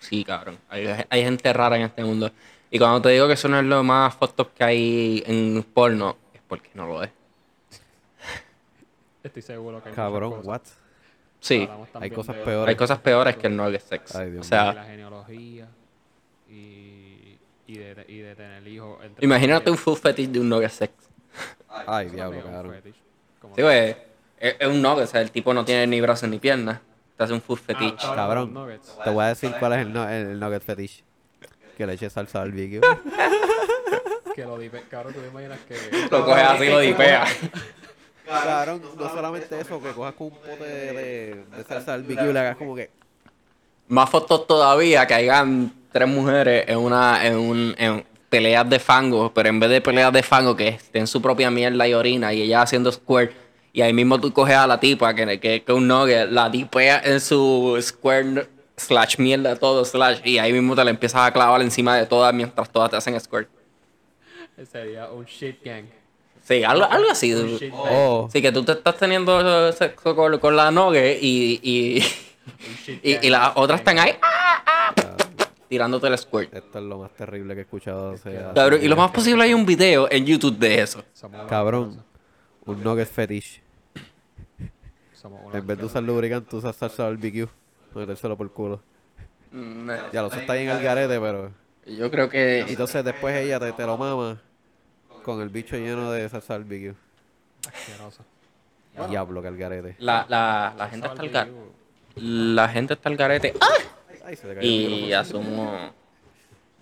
Speaker 3: Sí, cabrón. Hay, hay gente rara en este mundo. Y cuando te digo que eso no es lo más fotos que hay en porno, es porque no lo es.
Speaker 2: Estoy seguro que hay
Speaker 1: Cabrón,
Speaker 2: muchas cosas.
Speaker 1: what?
Speaker 3: Sí,
Speaker 2: Hablamos
Speaker 1: Hay
Speaker 2: también
Speaker 1: cosas
Speaker 2: de-
Speaker 1: peores.
Speaker 3: hay cosas peores que el nugget sex.
Speaker 1: Ay, Dios
Speaker 3: o
Speaker 2: de
Speaker 3: sea,
Speaker 2: la genealogía y, y, de, y de tener hijos. entre-
Speaker 3: imagínate un full fetish de un nugget sex.
Speaker 1: Ay,
Speaker 2: Eso
Speaker 1: diablo,
Speaker 2: también es un
Speaker 1: cabrón.
Speaker 2: fetish. Como
Speaker 3: Sí, güey, pues, es, es un nugget, o sea, el tipo no tiene ni brazos ni piernas. Te hace un full fetish.
Speaker 2: Ah,
Speaker 1: Cabrón,
Speaker 2: Nuggets.
Speaker 1: te voy a decir cuál es el, nu- el nugget fetish. Que le eche salsa al vídeo.
Speaker 2: que lo dipe, cabrón, tú te imaginas que
Speaker 3: lo coges así,
Speaker 1: *laughs*
Speaker 3: lo dipea.
Speaker 1: Cabrón, no solamente eso, que cojas con un pote de, de- de salsa al vídeo y le hagas como que.
Speaker 3: Más fotos todavía que hayan tres mujeres en una en un en peleas de fango, pero en vez de peleas de fango que estén su propia mierda y orina y ella haciendo squirt y ahí mismo tú coges a la tipa que, que, que un nugget la tipea en su squirt slash mierda todo slash y ahí mismo te la empiezas a clavar encima de todas mientras todas te hacen squirt.
Speaker 2: sería un shit gang.
Speaker 3: Sí, algo, algo así.
Speaker 2: Un shit bang.
Speaker 1: Oh,
Speaker 3: Sí, que tú te estás teniendo sexo con, con la nugget y, y,
Speaker 2: un Oh, shit
Speaker 3: y,
Speaker 2: gang.
Speaker 3: y las otras están ahí ah, ah, tirándote el squirt.
Speaker 1: esto es lo más terrible que he escuchado. o sea,
Speaker 3: Cabrón, y lo más posible hay un video en YouTube de eso.
Speaker 2: Somos una-
Speaker 1: Cabrón, un nugget fetish.
Speaker 2: somos una-
Speaker 1: En vez de usar lubricante, usas salsa al BQ. Metérselo por culo.
Speaker 3: Mm,
Speaker 1: Ya lo sé, está ahí en el garete, pero.
Speaker 3: Yo creo
Speaker 1: Y
Speaker 3: que.
Speaker 1: entonces después ella te, te lo mama con el bicho lleno de salsa al BQ.
Speaker 2: asqueroso.
Speaker 1: Diablo, que el garete.
Speaker 3: La, la, la gente está al garete. La gente está al garete. ¡Ah!
Speaker 1: Ay, se te cayó el
Speaker 3: Y asumo.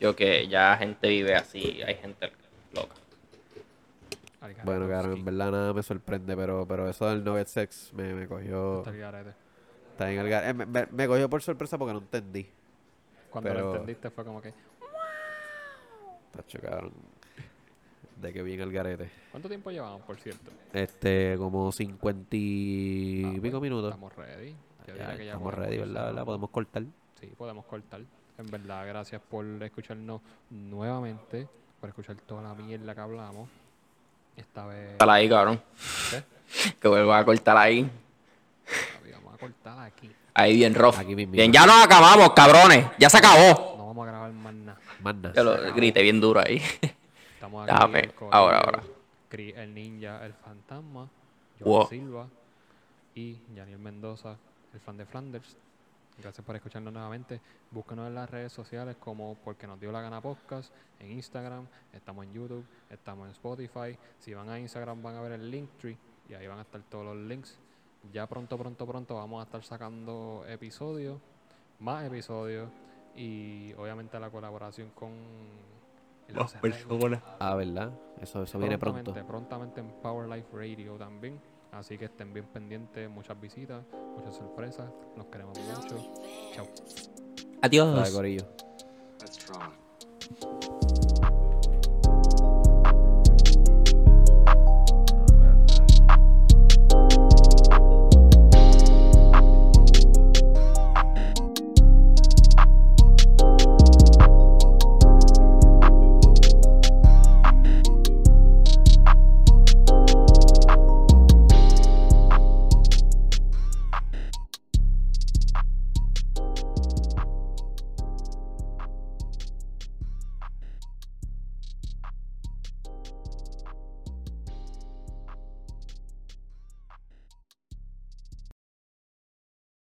Speaker 3: Yo que ya gente vive así. Hay gente loca.
Speaker 2: Al garete,
Speaker 1: Bueno, cabrón,
Speaker 2: sí,
Speaker 1: en verdad nada me sorprende, pero, pero eso del Nugget Sex me, me cogió.
Speaker 2: está al garete.
Speaker 1: Está en el gar- eh, me, me- me cogió por sorpresa porque no entendí.
Speaker 2: Cuando
Speaker 1: Pero-
Speaker 2: lo entendiste fue como que.
Speaker 1: Tacho, cabrón. De que bien el garete.
Speaker 2: ¿Cuánto tiempo llevamos, por cierto?
Speaker 1: Este, como cincuenta
Speaker 2: Ah,
Speaker 1: y
Speaker 2: pues,
Speaker 1: pico minutos.
Speaker 2: Estamos ready. Yo
Speaker 1: Ya,
Speaker 2: diría que ya pues,
Speaker 1: estamos
Speaker 2: podemos
Speaker 1: ready, ¿verdad?
Speaker 2: empezar,
Speaker 1: ¿verdad?
Speaker 2: ¿no?
Speaker 1: Podemos cortar.
Speaker 2: Sí, podemos cortar. En verdad, gracias por escucharnos nuevamente, por escuchar toda la mierda que hablamos. Esta vez
Speaker 3: Cortala ahí, cabrón.
Speaker 2: ¿Qué?
Speaker 3: Que vuelva a cortar ahí.
Speaker 2: papi, vamos a cortar aquí.
Speaker 3: Ahí bien rough.
Speaker 1: Aquí mismo.
Speaker 3: Bien, ya nos acabamos, cabrones. Ya se acabó.
Speaker 2: No vamos a grabar más nada.
Speaker 1: Más nada.
Speaker 3: Yo lo grité bien duro ahí.
Speaker 2: Estamos aquí.
Speaker 3: Dame,
Speaker 2: el Corillo,
Speaker 3: ahora, ahora.
Speaker 2: Cri- El ninja, el fantasma, Joan
Speaker 3: Wow.
Speaker 2: Silva y Daniel Mendoza, el fan de Flanders. Gracias por escucharnos nuevamente. Búsquenos en las redes sociales como Porque nos dio la gana podcast, en Instagram, estamos en YouTube, estamos en Spotify. Si van a Instagram van a ver el Linktree y ahí van a estar todos los links. Ya pronto, pronto, pronto vamos a estar sacando episodios, más episodios y obviamente la colaboración con el Acerreo.
Speaker 1: Ah, ¿verdad? Eso, eso viene pronto.
Speaker 2: Prontamente, prontamente en Power Life Radio también. Así que estén bien pendientes, muchas visitas, muchas sorpresas. Los queremos mucho. Chao.
Speaker 3: Adiós.
Speaker 1: Dale, corillo.
Speaker 4: That's wrong.
Speaker 2: Ah, pues,